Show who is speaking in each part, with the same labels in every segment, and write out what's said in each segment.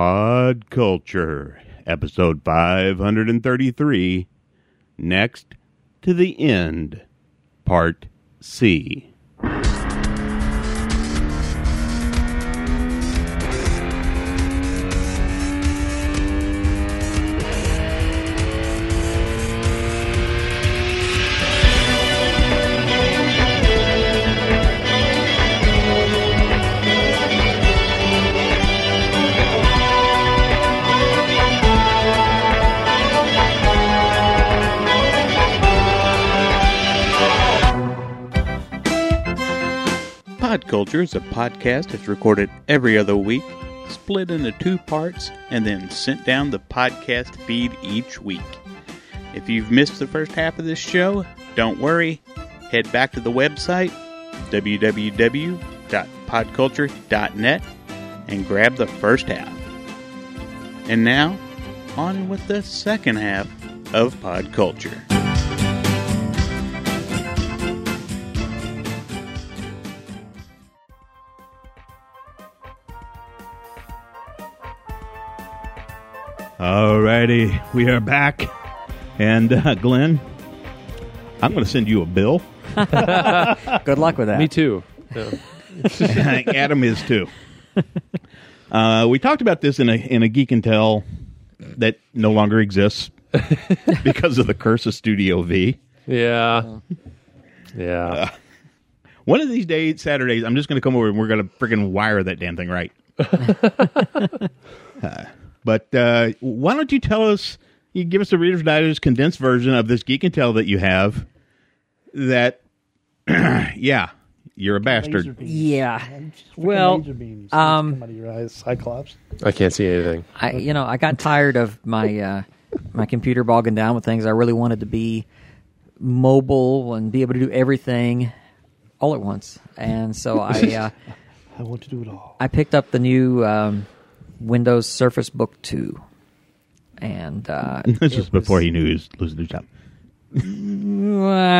Speaker 1: Pod Culture, episode 533, Next to the End, Part C.
Speaker 2: Pod Culture is a podcast that's recorded every other week, split into two parts, and then sent down the podcast feed each week. If you've missed the first half of this show, don't worry. Head back to the website, www.podculture.net, and grab the first half. And now, on with the second half of Pod Culture.
Speaker 1: Alrighty, we are back. And uh, Glenn, I'm going to send you a bill.
Speaker 3: Good luck with that.
Speaker 4: Me too.
Speaker 1: Adam is too. Uh, we talked about this in a in a geek and tell that no longer exists because of the curse of Studio V.
Speaker 4: Yeah. Yeah.
Speaker 1: One of these days, Saturdays, I'm just going to come over and we're going to freaking wire that damn thing right. Uh, but uh, why don't you tell us? You give us the Reader's Digest condensed version of this geek and tell that you have. That, yeah, you're a
Speaker 5: Laser
Speaker 1: bastard.
Speaker 5: beams.
Speaker 3: Yeah.
Speaker 5: Freaking
Speaker 3: Well,
Speaker 5: laser beams
Speaker 3: um,
Speaker 5: come out of your eyes, Cyclops.
Speaker 4: I can't see anything.
Speaker 3: I you know I got tired of my uh, my computer bogging down with things. I really wanted to be mobile and be able to do everything all at once. And so I uh,
Speaker 5: I want to do it all.
Speaker 3: I picked up the new um, Windows Surface Book two, and uh,
Speaker 1: This is before he knew he was losing his job.
Speaker 3: I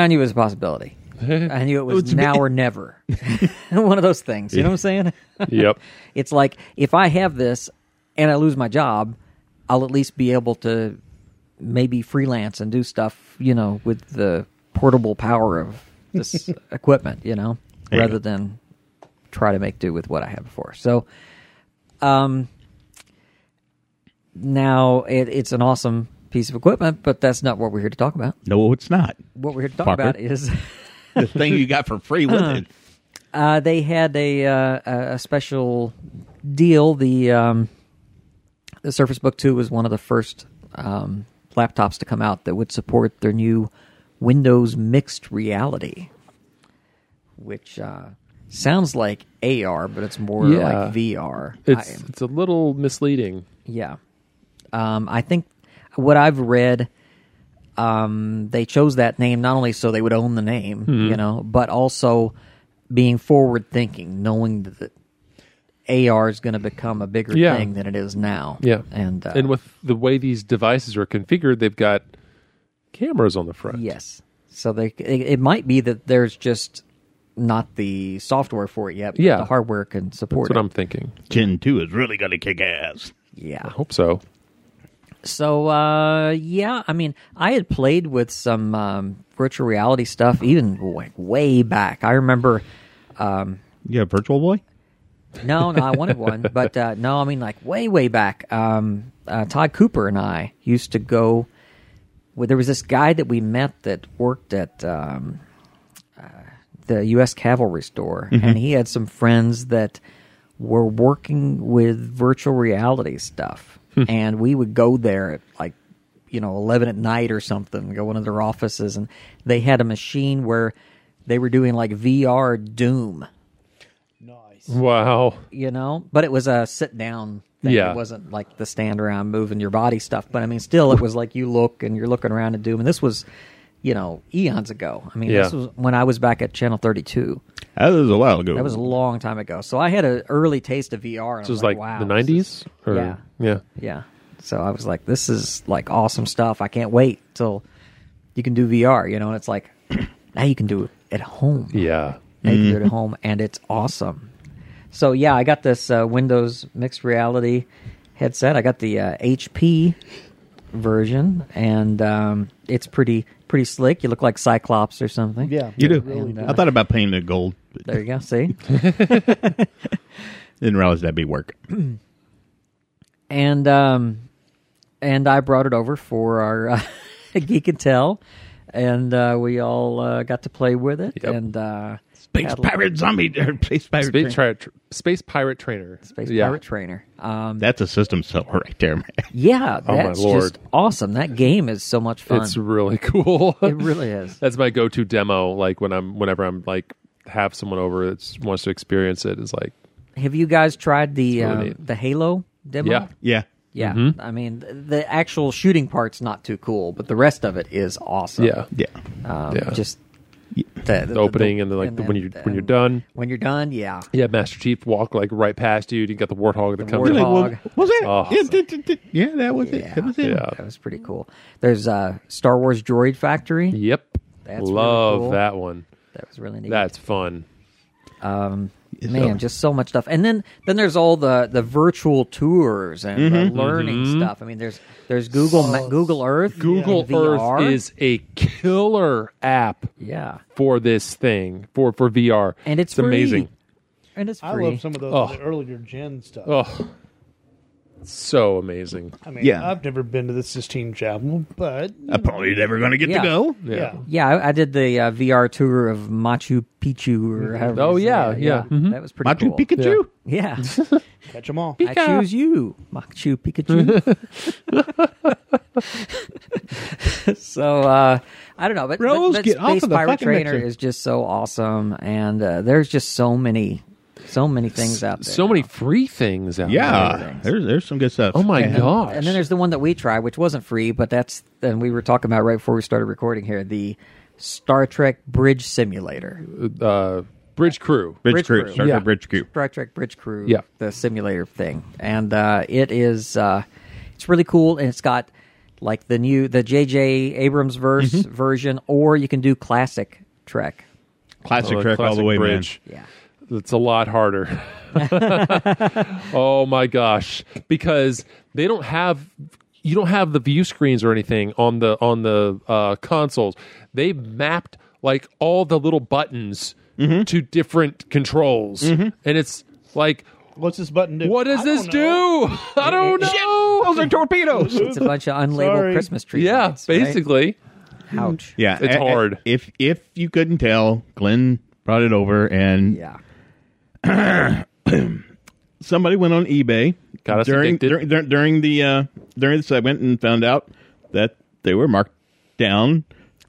Speaker 3: knew it was a possibility. I knew it was now or never. One of those things. You know what I'm saying?
Speaker 4: Yep.
Speaker 3: It's like if I have this and I lose my job, I'll at least be able to maybe freelance and do stuff, you know, with the portable power of this equipment, you know,
Speaker 1: There you
Speaker 3: rather
Speaker 1: go.
Speaker 3: than try to make do with what I had before. So, um, now it, it's an awesome piece of equipment, but that's not what we're here to talk about.
Speaker 1: No, it's not.
Speaker 3: What we're here to talk
Speaker 1: Fucker.
Speaker 3: about is.
Speaker 1: The thing you got for free with it.
Speaker 3: Uh, they had a uh, a- a special deal. The um, the Surface Book Two was one of the first um, laptops to come out that would support their new Windows Mixed Reality, which uh, sounds like AR, but it's more
Speaker 4: Yeah.
Speaker 3: like VR.
Speaker 4: It's
Speaker 3: I-
Speaker 4: it's a little misleading.
Speaker 3: yeah. Um, I think what I've read, um, they chose that name not only so they would own the name,
Speaker 4: Hmm.
Speaker 3: you know, but also being forward thinking, knowing that AR is going to become a bigger
Speaker 4: Yeah.
Speaker 3: thing than it is now.
Speaker 4: Yeah.
Speaker 3: And, uh,
Speaker 4: and with the way these devices are configured, they've got cameras on the front.
Speaker 3: yes. So they, it, it might be that there's just not the software for it yet, but
Speaker 4: Yeah.
Speaker 3: the hardware can support
Speaker 4: That's what
Speaker 3: it.
Speaker 4: I'm thinking.
Speaker 1: Gen 2 is really going to kick ass.
Speaker 3: yeah.
Speaker 4: I hope so.
Speaker 3: So uh, yeah, I mean, I had played with some um, virtual reality stuff even like way back. I remember.
Speaker 1: Yeah, Virtual Boy?
Speaker 3: No, no, I wanted one, but uh, no, I mean like way, way back. Um, uh, Todd Cooper and I used to go. Well, there was this guy that we met that worked at um, uh, the U.S. Cavalry store, and he had some friends that were working with virtual reality stuff, and we would go there at like you know eleven at night or something, go into their offices, and they had a machine where they were doing like VR Doom
Speaker 5: Nice.
Speaker 4: Wow.
Speaker 3: you know but it was a sit down thing
Speaker 4: Yeah.
Speaker 3: it wasn't like the stand around moving your body stuff but i mean still it was like you look and you're looking around at doom and this was you know eons ago i mean this
Speaker 4: Yeah.
Speaker 3: was when i was back at channel 32
Speaker 1: That was a while ago.
Speaker 3: that was a long time ago so i had an early taste of vr and
Speaker 4: This
Speaker 3: I
Speaker 4: was like,
Speaker 3: wow,
Speaker 4: the
Speaker 3: this is-
Speaker 4: 90s. Or,
Speaker 3: yeah.
Speaker 4: Yeah.
Speaker 3: yeah so i was like this is like awesome stuff i can't wait till you can do vr you know and it's like now you can do it at home
Speaker 4: Yeah. Mm-hmm.
Speaker 3: maybe you're at home and it's awesome so yeah i got this uh, windows mixed reality headset. I got the uh, HP version, and um, it's pretty pretty slick. You look like Cyclops or something.
Speaker 5: Yeah,
Speaker 1: You do.
Speaker 5: Really
Speaker 1: I thought about painting it gold, but
Speaker 3: There you go. See.
Speaker 1: didn't realize that'd be work.
Speaker 3: and um, and I brought it over for our uh, geek and tell, and uh, we all uh, got to play with it.
Speaker 4: Yep.
Speaker 3: And uh,
Speaker 1: Space
Speaker 3: had a-
Speaker 1: pirate zombie. or Space pirate. train.
Speaker 4: Space, pirate tr- space pirate trainer.
Speaker 3: space
Speaker 4: Yeah.
Speaker 3: pirate trainer. Um,
Speaker 1: That's a system seller right there, man.
Speaker 3: yeah,
Speaker 4: Oh, my
Speaker 3: that's
Speaker 4: Lord.
Speaker 3: just awesome. That game is so much fun.
Speaker 4: It's really cool.
Speaker 3: it really is.
Speaker 4: That's my go-to demo. Like when I'm, whenever I'm like have someone over that wants to experience it, is like,
Speaker 3: Have you guys tried the
Speaker 4: really
Speaker 3: uh,
Speaker 4: neat.
Speaker 3: the Halo demo?
Speaker 4: yeah, Mm-hmm.
Speaker 1: Yeah.
Speaker 3: Yeah. I mean, th- the actual shooting part's not too cool, but the rest of it is awesome.
Speaker 4: yeah,
Speaker 1: Yeah.
Speaker 3: Um,
Speaker 4: yeah.
Speaker 3: Just the, the-
Speaker 4: The opening and then like the, when you when you're done,
Speaker 3: When you're done, yeah.
Speaker 4: yeah. Master Chief walk like right past you. You got the warthog that comes.
Speaker 3: warthog.
Speaker 4: in.
Speaker 1: Like, well,
Speaker 3: Dog.
Speaker 1: was that?
Speaker 4: Oh.
Speaker 1: Yeah, d- d- d- yeah, that was it.
Speaker 3: Yeah.
Speaker 1: That was it.
Speaker 4: Yeah.
Speaker 3: That was pretty cool. There's uh, Star Wars Droid Factory.
Speaker 4: Yep,
Speaker 3: That's really
Speaker 4: love
Speaker 3: cool.
Speaker 4: that one.
Speaker 3: That was really neat.
Speaker 4: That's fun.
Speaker 3: Man, just so much stuff. And then then there's all the, the virtual tours and the
Speaker 4: Mm-hmm.
Speaker 3: learning stuff. I mean, there's there's Google Ma- Google Earth.
Speaker 4: Google
Speaker 3: and
Speaker 4: Earth
Speaker 3: VR.
Speaker 4: is a killer app
Speaker 3: yeah,
Speaker 4: for this thing for for VR,
Speaker 3: and it's, free.
Speaker 4: amazing.
Speaker 3: And it's
Speaker 5: I
Speaker 3: free.
Speaker 5: love some of those
Speaker 4: Oh.
Speaker 5: the earlier gen stuff.
Speaker 4: Oh, so amazing.
Speaker 5: I mean,
Speaker 1: Yeah. Uh,
Speaker 5: I've never been to the Sistine Chapel, but
Speaker 1: I'm probably never going to get
Speaker 3: Yeah.
Speaker 1: to go.
Speaker 5: yeah,
Speaker 3: Yeah, I, I did the uh, VR tour of Machu Picchu or however.
Speaker 4: Oh,
Speaker 3: you say
Speaker 4: yeah,
Speaker 3: it.
Speaker 4: yeah.
Speaker 3: That was pretty
Speaker 1: Machu
Speaker 3: cool.
Speaker 1: Pikachu.
Speaker 3: Yeah,
Speaker 5: catch them all.
Speaker 3: I choose you, Machu Pikachu. so uh, I don't know, but, but-
Speaker 1: Rose,
Speaker 3: but
Speaker 1: get off
Speaker 3: Space
Speaker 1: of the
Speaker 3: Pirate
Speaker 1: fucking
Speaker 3: Trainer
Speaker 1: mixer.
Speaker 3: is just so awesome, and uh, there's just so many, so many things out there.
Speaker 4: So many free things out there.
Speaker 1: Yeah,
Speaker 3: things.
Speaker 1: there's there's some good stuff.
Speaker 4: Oh my
Speaker 1: Yeah.
Speaker 4: gosh.
Speaker 3: And then there's the one that we tried, which wasn't free, but that's and we were talking about right before we started recording here the Star Trek Bridge Simulator.
Speaker 4: uh, Bridge Crew.
Speaker 1: Bridge,
Speaker 3: Bridge
Speaker 1: Crew,
Speaker 3: Crew.
Speaker 1: Star
Speaker 4: Yeah.
Speaker 1: Trek Bridge Crew.
Speaker 3: Star Trek Bridge Crew,
Speaker 4: Yeah.
Speaker 3: the simulator thing, and uh, it is uh, it's really cool, and it's got like the new the J.J. Abrams verse
Speaker 4: Mm-hmm.
Speaker 3: version, or you can do classic Trek.
Speaker 1: Classic
Speaker 4: Oh,
Speaker 1: Trek all the
Speaker 4: classic
Speaker 1: way,
Speaker 4: bridge.
Speaker 3: Yeah,
Speaker 4: It's a lot harder. oh my gosh, because they don't have you don't have the view screens or anything on the on the uh, consoles. They mapped like all the little buttons to different controls, and it's like,
Speaker 5: What's this button do?
Speaker 4: what does
Speaker 5: I
Speaker 4: this
Speaker 5: don't know.
Speaker 4: do? I don't know.
Speaker 1: man. Those are torpedoes.
Speaker 3: it's a bunch of unlabeled
Speaker 5: Sorry.
Speaker 3: Christmas trees.
Speaker 4: Yeah, basically.
Speaker 3: Ouch.
Speaker 1: Yeah,
Speaker 4: It's
Speaker 1: a- a-
Speaker 4: hard.
Speaker 1: If if you couldn't tell, Glenn brought it over, and
Speaker 3: Yeah.
Speaker 1: somebody went on eBay
Speaker 4: Got us
Speaker 1: during,
Speaker 4: addicted.
Speaker 1: during during during the uh, during the segment and found out that they were marked down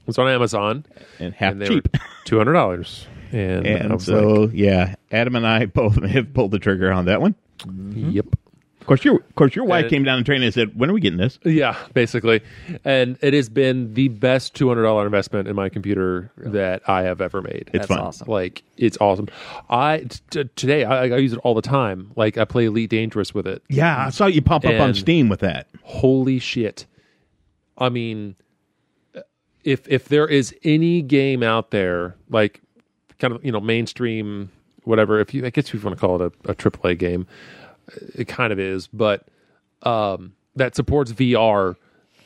Speaker 4: It's on Amazon,
Speaker 1: and half
Speaker 4: and they
Speaker 1: cheap.
Speaker 4: were two hundred dollars. And, I
Speaker 1: and
Speaker 4: was
Speaker 1: so
Speaker 4: like,
Speaker 1: yeah, Adam and I both have pulled the trigger on that one.
Speaker 4: yep.
Speaker 1: Of course, your of course your wife
Speaker 4: it-
Speaker 1: came down the train and said, "When are we getting this?"
Speaker 4: Yeah, basically. And it has been the best $200 investment in my computer that I have ever made.
Speaker 1: It's
Speaker 3: That's
Speaker 1: fun.
Speaker 3: awesome.
Speaker 4: Like, it's awesome. I t- t- today I, I use it all the time. Like, I play Elite Dangerous with it.
Speaker 1: Yeah, I saw you pop up on
Speaker 4: And-
Speaker 1: Steam with that.
Speaker 4: Holy shit! I mean, uh, if if there is any game out there, like kind of you know mainstream, whatever. If you, I guess if you want to call it a, a AAA game, uh, it kind of is, but um, that supports VR.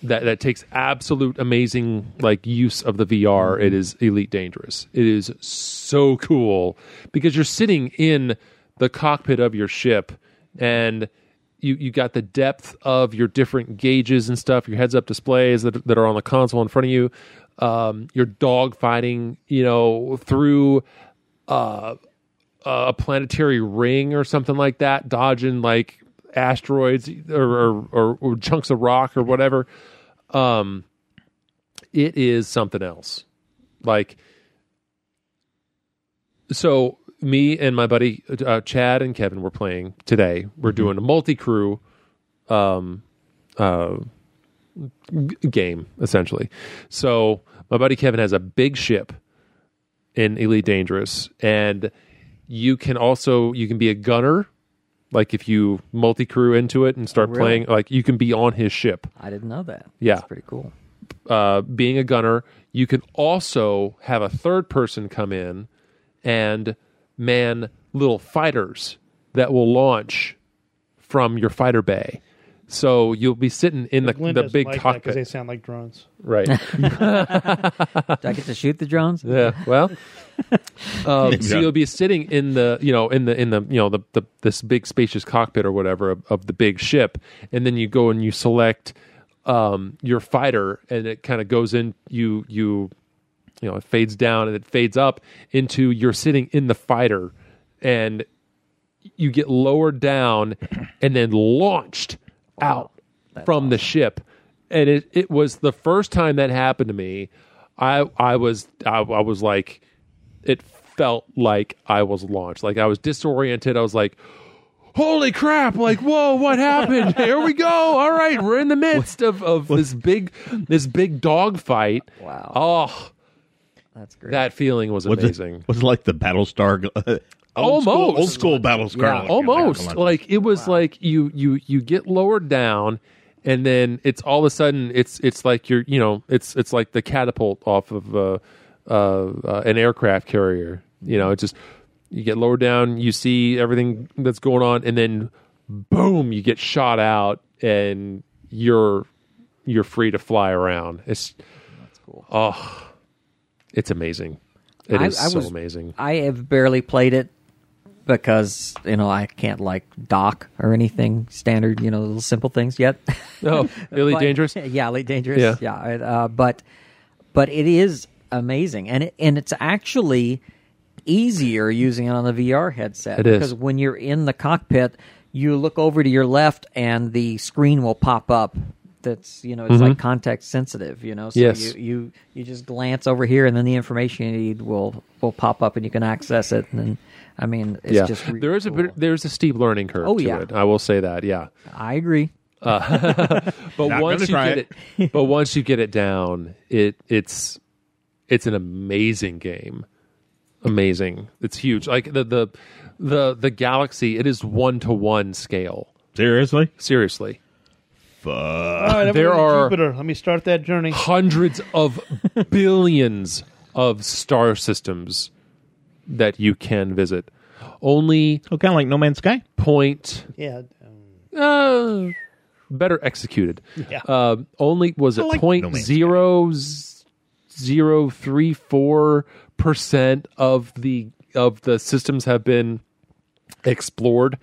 Speaker 4: That, that takes absolute amazing like use of the VR. It is elite dangerous. It is so cool because you're sitting in the cockpit of your ship and you you got the depth of your different gauges and stuff. Your heads up displays that that are on the console in front of you. Um, you're dog fighting, you know, through a planetary ring or something like that, dodging like asteroids or or, or, or chunks of rock or whatever. Um, it is something else. Like, so me and my buddy uh, Chad and Kevin were playing today. We're doing a multi-crew um, uh, g- game essentially. So my buddy Kevin has a big ship in Elite Dangerous, and you can also you can be a gunner. Like if you multi-crew into it and start
Speaker 3: Really?
Speaker 4: playing, like you can be on his ship.
Speaker 3: I didn't know that.
Speaker 4: Yeah.
Speaker 3: That's pretty cool.
Speaker 4: Uh, being a gunner, you can also have a third person come in and man little fighters that will launch from your fighter bay. So you'll be sitting in the,
Speaker 5: Glenn
Speaker 4: the
Speaker 5: doesn't
Speaker 4: big
Speaker 5: like because they
Speaker 4: cockpit,
Speaker 5: sound like drones.
Speaker 4: right?
Speaker 3: Do I get to shoot the drones?
Speaker 4: Yeah. Well, um, so
Speaker 1: Yeah.
Speaker 4: you'll be sitting in the you know in the in the you know the, the this big spacious cockpit or whatever of, of the big ship, and then you go and you select um, your fighter, and it kind of goes in you you you know it fades down and it fades up into you're sitting in the fighter, and you get lowered down and then launched out from the ship. And it, it was the first time that happened to me. I I was I, I was like it felt like I was launched. Like I was disoriented. I was like Holy crap! Like, whoa, what happened? Here we go! All right, we're in the midst of, of this big this big dog fight.
Speaker 3: Wow.
Speaker 4: Oh,
Speaker 3: That's great.
Speaker 4: that feeling was
Speaker 1: Was
Speaker 4: amazing.
Speaker 1: It, was it like the Battlestar? Uh, old school-
Speaker 4: Almost.
Speaker 1: old school Battlestar.
Speaker 3: Yeah,
Speaker 4: almost like it was like you you you get lowered down and then it's all of a sudden it's it's like you're you know it's it's like the catapult off of uh, uh, uh, an aircraft carrier you know it's just you get lowered down you see everything that's going on and then boom you get shot out and you're you're free to fly around it's that's
Speaker 3: cool.
Speaker 4: oh it's amazing It is
Speaker 3: I- I
Speaker 4: so
Speaker 3: was-
Speaker 4: amazing
Speaker 3: I have barely played it because you know I can't like dock or anything standard, you know, little simple things yet.
Speaker 4: oh really
Speaker 3: But-
Speaker 4: dangerous
Speaker 3: Yeah, late dangerous.
Speaker 4: Yeah.
Speaker 3: Yeah, it, uh, but but it is amazing, and it, and it's actually easier using it on the VR headset
Speaker 4: It is.
Speaker 3: because when you're in the cockpit, you look over to your left, and the screen will pop up. That's you know, it's like context sensitive, you know. So
Speaker 4: Mm-hmm. Yes.
Speaker 3: you, you you just glance over here, and then the information you need will will pop up, and you can access it. And then, I mean, it's just really
Speaker 4: there is a
Speaker 3: cool.
Speaker 4: bit, there's a steep learning curve
Speaker 3: Oh,
Speaker 4: to
Speaker 3: yeah.
Speaker 4: it. I will say that, yeah.
Speaker 3: I agree.
Speaker 4: But
Speaker 1: Not
Speaker 4: once
Speaker 1: gonna
Speaker 4: you
Speaker 1: try
Speaker 4: get it,
Speaker 1: it.
Speaker 4: but once you get it down, it it's it's an amazing game. Amazing. It's huge. Like the the the the galaxy, it is one to one scale.
Speaker 1: seriously.
Speaker 4: Seriously.
Speaker 1: Fuck.
Speaker 5: All right, I'm
Speaker 4: there
Speaker 5: going to
Speaker 4: are-
Speaker 5: Jupiter. Let me start that journey.
Speaker 4: Hundreds of billions of star systems that you can visit. Only
Speaker 1: Oh, kind of like No Man's Sky.
Speaker 4: point
Speaker 5: Yeah. um,
Speaker 4: uh, better executed.
Speaker 5: Yeah.
Speaker 4: Uh, only was it
Speaker 1: like No
Speaker 4: point
Speaker 1: Man's
Speaker 4: zero zero three four percent of the of the systems have been explored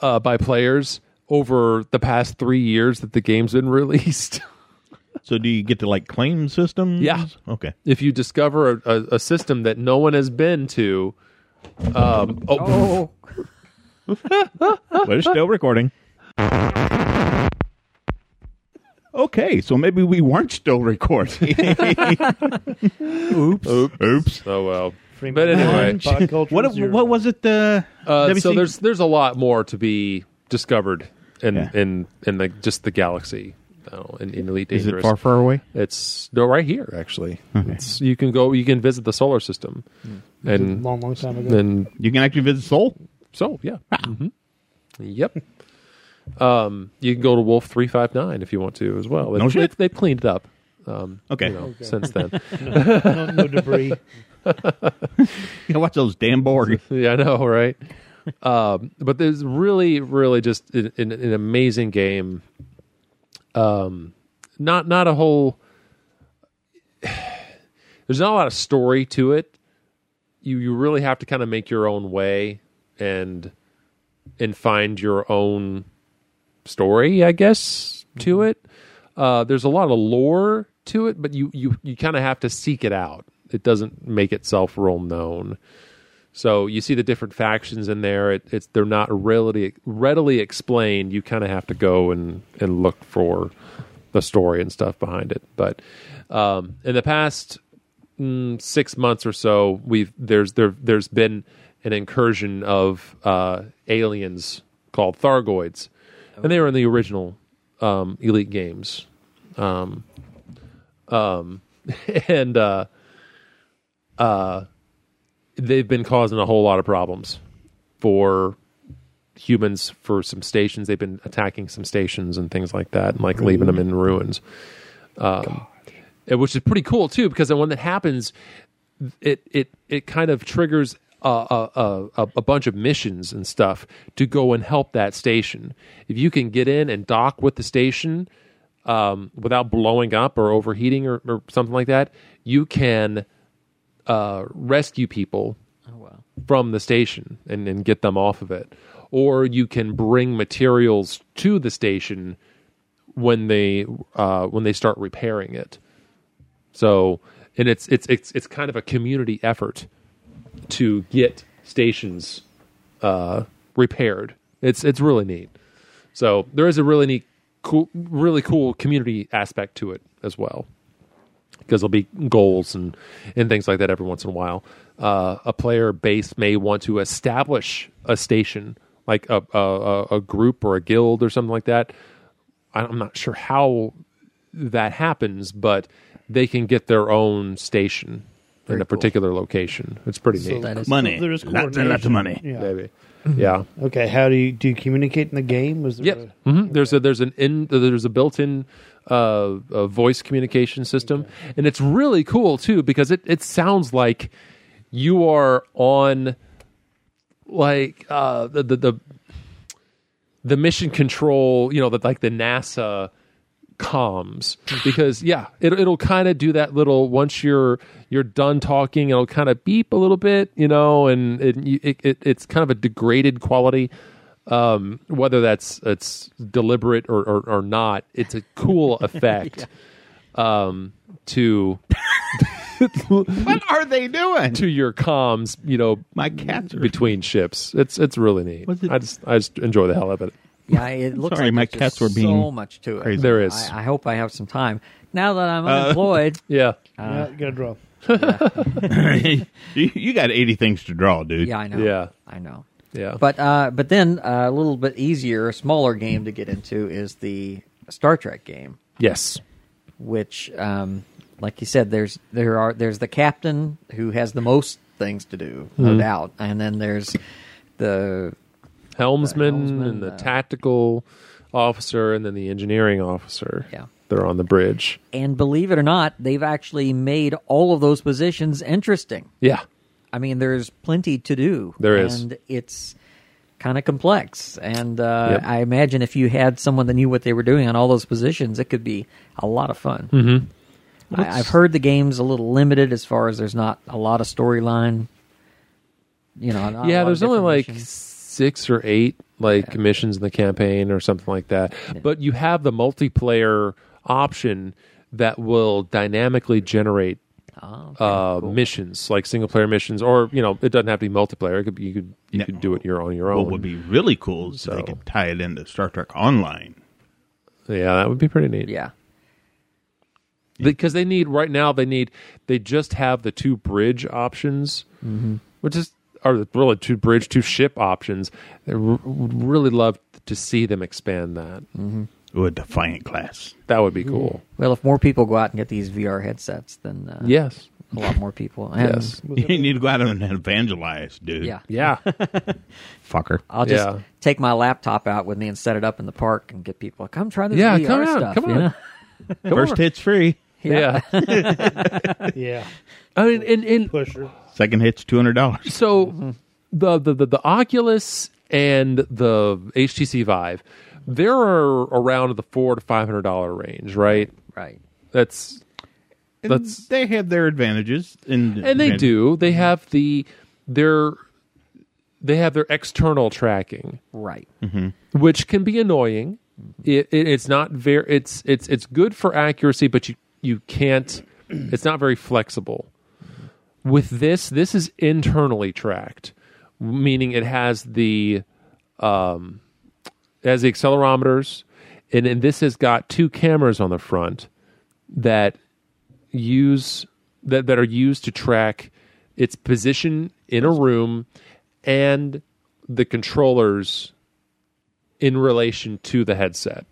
Speaker 4: uh, by players over the past three years that the game's been released.
Speaker 1: So do you get to like claim systems?
Speaker 4: Yeah.
Speaker 1: Okay.
Speaker 4: if you discover a, a, a system that no one has been to, um, oh,
Speaker 3: Oh,
Speaker 1: but it's still recording. Okay, so maybe we weren't still recording. Oops. Oops.
Speaker 4: oh well.
Speaker 5: Free
Speaker 4: But
Speaker 5: mind,
Speaker 4: anyway,
Speaker 5: pop culture
Speaker 1: What
Speaker 5: zero.
Speaker 1: what was it? Uh,
Speaker 4: Uh,
Speaker 1: WC?
Speaker 4: so there's there's a lot more to be discovered in
Speaker 1: Yeah.
Speaker 4: in in the just the galaxy. Oh, in, in Elite
Speaker 1: is
Speaker 4: Dangerous,
Speaker 1: it far Hmm. far away?
Speaker 4: it's no right here actually. It's, you can go, you can visit the solar system, and
Speaker 5: long, long time ago.
Speaker 4: and
Speaker 1: You can actually visit Seoul.
Speaker 4: so yeah,
Speaker 1: Ah.
Speaker 4: hmm yep. Um, you can go to Wolf three five nine if you want to as well.
Speaker 1: No shit.
Speaker 4: They, have cleaned it up. Um,
Speaker 1: Okay,
Speaker 4: you know, since then.
Speaker 5: no, no debris.
Speaker 1: you can watch those damn Borg.
Speaker 4: Yeah, I know, right? um, but there's really, really just an, an, an amazing game. Um, not not a whole. There's not a lot of story to it. You you really have to kind of make your own way and and find your own story, I guess, to it. Uh, there's a lot of lore to it, but you you you kind of have to seek it out. It doesn't make itself real known. So you see the different factions in there. It, it's they're not readily readily explained. You kind of have to go and and look for the story and stuff behind it. But um, in the past mm, six months or so, we've there's there there's been an incursion of uh, aliens called Thargoids, and they were in the original um, Elite games. Um, um, and uh, they've been causing a whole lot of problems for humans for some stations they've been attacking some stations and things like that and like leaving them in ruins um, and- which is pretty cool too because then when that happens it it it kind of triggers a, a, a, a bunch of missions and stuff to go and help that station. If you can get in and dock with the station um, without blowing up or overheating or, or something like that, you can uh, rescue people from the station and, and get them off of it. Or you can bring materials to the station when they uh, when they start repairing it. So, and it's it's it's it's kind of a community effort to get stations uh, repaired. It's it's really neat. So there is a really neat, cool, really cool community aspect to it as well, because there'll be goals and and things like that every once in a while. Uh, a player base may want to establish a station, like a a, a- a group or a guild or something like that. I'm not sure how that happens, but they can get their own station in a particular location. It's pretty neat.
Speaker 3: That is
Speaker 1: Money.
Speaker 5: There is
Speaker 1: lots and lots of
Speaker 5: coordination.
Speaker 1: money.
Speaker 5: Yeah.
Speaker 4: Maybe. Yeah.
Speaker 5: Okay. How do you do? You communicate in the game? Was there
Speaker 4: Yep.
Speaker 5: a-
Speaker 4: hmm There's a there's an in there's a built-in uh, uh voice communication system, and it's really cool too because it it sounds like you are on like uh the the the, the mission control you know the, like the NASA comms because yeah it, it'll kind of do that little once you're you're done talking it'll kind of beep a little bit you know and it, you- it, it it's kind of a degraded quality um whether that's it's deliberate or or, or not it's a cool effect um to
Speaker 1: What are they doing?
Speaker 4: to your comms you know
Speaker 1: My cats are
Speaker 4: between ships it's it's really neat
Speaker 1: Was it-
Speaker 4: i just i just enjoy the hell out of it
Speaker 3: Yeah, it looks
Speaker 1: Sorry,
Speaker 3: like
Speaker 1: my
Speaker 3: there's
Speaker 1: cats
Speaker 3: just
Speaker 1: were being
Speaker 3: so much to it.
Speaker 1: crazy. Uh,
Speaker 4: There is.
Speaker 3: I, I hope I have some time now that I'm unemployed.
Speaker 4: yeah
Speaker 5: Yeah, you gotta draw.
Speaker 1: you, you got 80 things to draw, dude.
Speaker 3: yeah, I know.
Speaker 4: Yeah.
Speaker 3: I know.
Speaker 4: yeah
Speaker 3: But uh, but then uh, a little bit easier, a smaller game to get into is the Star Trek game,
Speaker 4: yes
Speaker 3: which, um, like you said, there's there are there's the captain who has the most things to do, no
Speaker 4: Mm-hmm.
Speaker 3: doubt, and then there's the
Speaker 4: helmsman,
Speaker 3: helmsman,
Speaker 4: and the
Speaker 3: uh,
Speaker 4: tactical officer and then the engineering officer
Speaker 3: Yeah.
Speaker 4: they're on the bridge
Speaker 3: and believe it or not, they've actually made all of those positions interesting.
Speaker 4: yeah
Speaker 3: I mean, there's plenty to do.
Speaker 4: There is.
Speaker 3: and it's kind of complex. And uh,
Speaker 4: Yep.
Speaker 3: I imagine if you had someone that knew what they were doing on all those positions, it could be a lot of fun. Mm-hmm. I, I've heard the game's a little limited as far as there's not a lot of storyline. You know, not a lot
Speaker 4: yeah
Speaker 3: of
Speaker 4: there's only
Speaker 3: different
Speaker 4: like
Speaker 3: missions.
Speaker 4: six or eight like missions in the campaign or something like that but you have the multiplayer option that will dynamically generate
Speaker 3: Oh,
Speaker 4: uh, missions like single player missions or you know it doesn't have to be multiplayer it could be, you could you
Speaker 1: Yeah.
Speaker 4: could do it your on your own
Speaker 1: What would be really cool is if
Speaker 4: So-
Speaker 1: they could tie it into Star Trek Online.
Speaker 4: yeah that would be pretty neat
Speaker 3: yeah,
Speaker 4: because they need right now they need they just have the two bridge options
Speaker 3: Mm-hmm.
Speaker 4: which is are the- really two bridge two ship options i r- would really love to see them expand that
Speaker 1: Ooh, a Defiant class.
Speaker 4: that would be cool
Speaker 3: well, if more people go out and get these VR headsets, then uh,
Speaker 4: yes
Speaker 3: a lot more people. And
Speaker 4: yes
Speaker 1: You need to go out and evangelize, dude.
Speaker 3: yeah.
Speaker 4: yeah
Speaker 1: Fucker.
Speaker 3: I'll just
Speaker 4: Yeah.
Speaker 3: take my laptop out with me and set it up in the park and get people. Come try this
Speaker 4: Yeah,
Speaker 3: VR
Speaker 4: come on,
Speaker 3: stuff.
Speaker 4: come
Speaker 3: you
Speaker 4: on.
Speaker 3: know?
Speaker 1: First hit's free.
Speaker 4: yeah,
Speaker 5: Yeah.
Speaker 4: i mean and, and
Speaker 5: Pusher.
Speaker 1: Second hit's $200.
Speaker 4: so the, the the the Oculus and the HTC Vive, they're around the four to five hundred dollar range, right?
Speaker 3: Right.
Speaker 4: That's
Speaker 1: And
Speaker 4: That's-
Speaker 1: they have their advantages. And,
Speaker 4: and they do. They have the their they have their external tracking,
Speaker 3: Right.
Speaker 4: which can be annoying. It, it, it's not very. It's it's it's good for accuracy, but you you can't. It's not very flexible. With this, this is internally tracked, meaning it has the um, it has the accelerometers, and and this has got two cameras on the front that use that that are used to track its position in a room and the controllers in relation to the headset.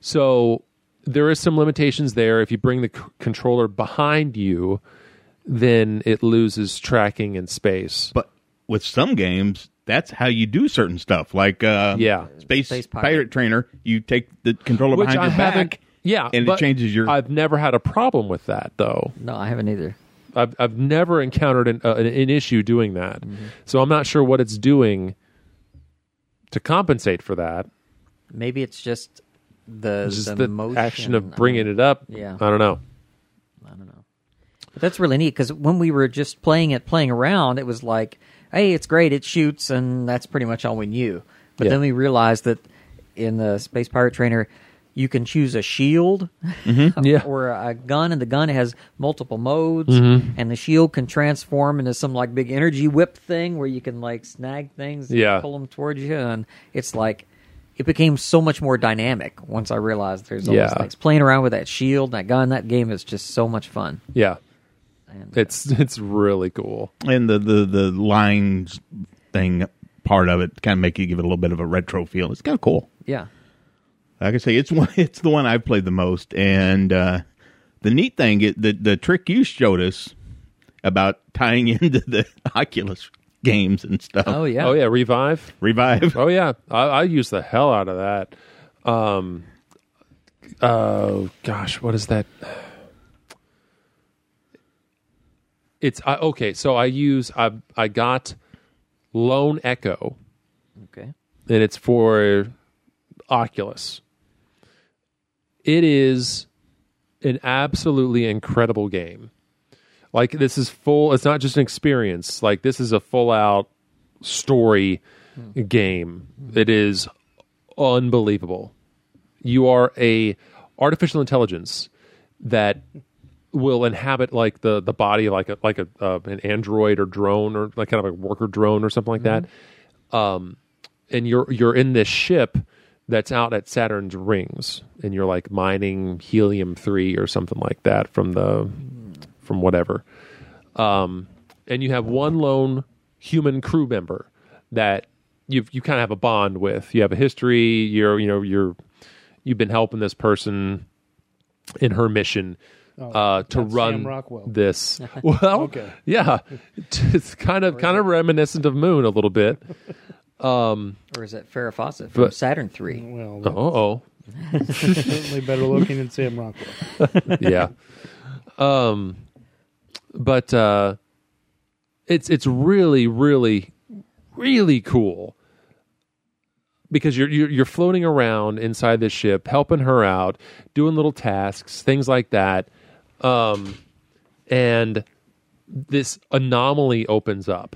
Speaker 4: So there is some limitations there. If you bring the c- controller behind you, then it loses tracking in space.
Speaker 1: But with some games, that's how you do certain stuff. Like uh,
Speaker 4: Yeah.
Speaker 1: Space,
Speaker 3: Space Pirate.
Speaker 1: Pirate. Trainer, you take the controller
Speaker 4: Which
Speaker 1: behind your
Speaker 4: I haven't.
Speaker 1: back.
Speaker 4: Yeah,
Speaker 1: and it
Speaker 4: but
Speaker 1: changes your-
Speaker 4: I've never had a problem with that though.
Speaker 3: No, I haven't either.
Speaker 4: I've I've never encountered an uh, an, an issue doing that.
Speaker 1: Mm-hmm.
Speaker 4: So I'm not sure what it's doing to compensate for that.
Speaker 3: Maybe it's just the
Speaker 4: Just
Speaker 3: the,
Speaker 4: the
Speaker 3: motion.
Speaker 4: action of bringing it up.
Speaker 3: Yeah.
Speaker 4: I don't know.
Speaker 3: But that's really neat because when we were just playing it, playing around, it was like, hey, it's great, it shoots, and that's pretty much all we knew. But
Speaker 4: Yeah.
Speaker 3: then we realized that in the Space Pirate Trainer, you can choose a shield
Speaker 4: Mm-hmm. Yeah.
Speaker 3: or a gun, and the gun has multiple modes,
Speaker 4: Mm-hmm.
Speaker 3: and the shield can transform into some like big energy whip thing where you can like snag things, and
Speaker 4: Yeah.
Speaker 3: pull them towards you, and it's like. It became so much more dynamic once I realized there's all these
Speaker 4: Yeah.
Speaker 3: things. Playing around with that shield, that gun, that game is just so much fun.
Speaker 4: Yeah.
Speaker 3: And,
Speaker 4: It's it's really cool.
Speaker 1: and the the the lines thing part of it kind of make you give it a little bit of a retro feel. It's kind of cool.
Speaker 3: Yeah.
Speaker 1: Like I say, it's one it's the one I've played the most. And uh, the neat thing, it, the the trick you showed us about tying into the Oculus games and stuff.
Speaker 3: Oh yeah.
Speaker 4: Oh yeah, revive.
Speaker 1: Revive.
Speaker 4: Oh yeah, I, I use the hell out of that. Um, oh gosh, what is that? It's I, okay. So I use I I got Lone Echo,
Speaker 3: Okay.
Speaker 4: and it's for Oculus. It is an absolutely incredible game. Like this is full. It's not just an experience. Like this is a full out story game. It is unbelievable. You are a artificial intelligence that will inhabit like the the body of like a like a uh, an android or drone or like kind of a worker drone or something like that and you're you're in this ship that's out at Saturn's rings, and you're like mining helium three or something like that from the from whatever. Um, and you have one lone human crew member that you you kind of have a bond with. You have a history. You're you know you're you've been helping this person in her mission uh, to
Speaker 5: not Oh, Sam
Speaker 4: run
Speaker 5: Rockwell.
Speaker 4: this. Well,
Speaker 5: Okay.
Speaker 4: yeah, it's kind of kind of reminiscent of Moon a little bit.
Speaker 3: Or is it Farrah Fawcett from
Speaker 4: But-
Speaker 3: Saturn Three?
Speaker 5: Well,
Speaker 4: Uh oh.
Speaker 5: that's certainly better looking than Sam Rockwell.
Speaker 4: yeah. Um, but uh, it's it's really really really cool because you're, you're you're floating around inside this ship, helping her out, doing little tasks, things like that, um, and this anomaly opens up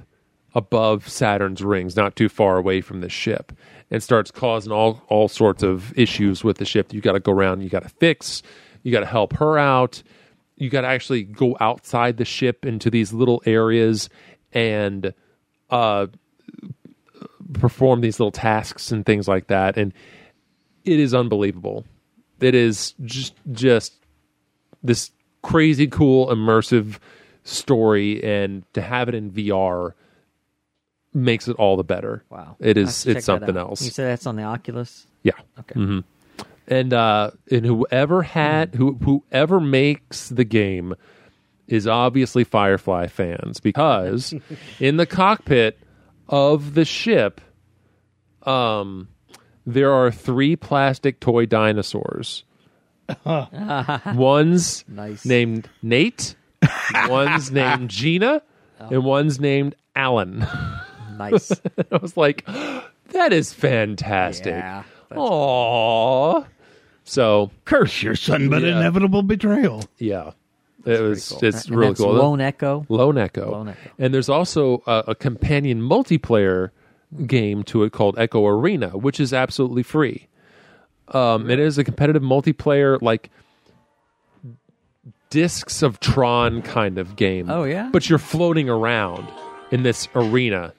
Speaker 4: above Saturn's rings, not too far away from the ship, and starts causing all all sorts of issues with the ship. You got to go around, you got to fix, you got to help her out, you got to actually go outside the ship into these little areas and uh, perform these little tasks and things like that. And it is unbelievable. It is just just this crazy cool immersive story and to have it in VR makes it all the better.
Speaker 3: Wow.
Speaker 4: It
Speaker 3: I'll
Speaker 4: is
Speaker 3: have to
Speaker 4: it's
Speaker 3: check that
Speaker 4: something
Speaker 3: out.
Speaker 4: else.
Speaker 3: You said that's on the Oculus.
Speaker 4: yeah. Mm-hmm.
Speaker 3: Okay.
Speaker 4: And uh and whoever had who whoever makes the game is obviously Firefly fans because in the cockpit of the ship um there are three plastic toy dinosaurs. one's
Speaker 3: Uh-huh. Nice.
Speaker 4: named Nate, one's named Gina, and one's named Alan.
Speaker 3: Nice.
Speaker 4: I was like, that is fantastic.
Speaker 3: Yeah, that's-
Speaker 4: Aww. So
Speaker 1: Curse your son, but
Speaker 4: Yeah.
Speaker 1: inevitable betrayal.
Speaker 4: yeah, it was
Speaker 3: Cool.
Speaker 4: it's
Speaker 3: And
Speaker 4: really
Speaker 3: that's
Speaker 4: cool.
Speaker 3: Lone Echo.
Speaker 4: Lone Echo.
Speaker 3: Lone Echo.
Speaker 4: And there's also a, a companion multiplayer game to it called Echo Arena, which is absolutely free. Um, it is a competitive multiplayer, like discs of Tron kind of game.
Speaker 3: Oh, yeah?
Speaker 4: but you're floating around in this arena.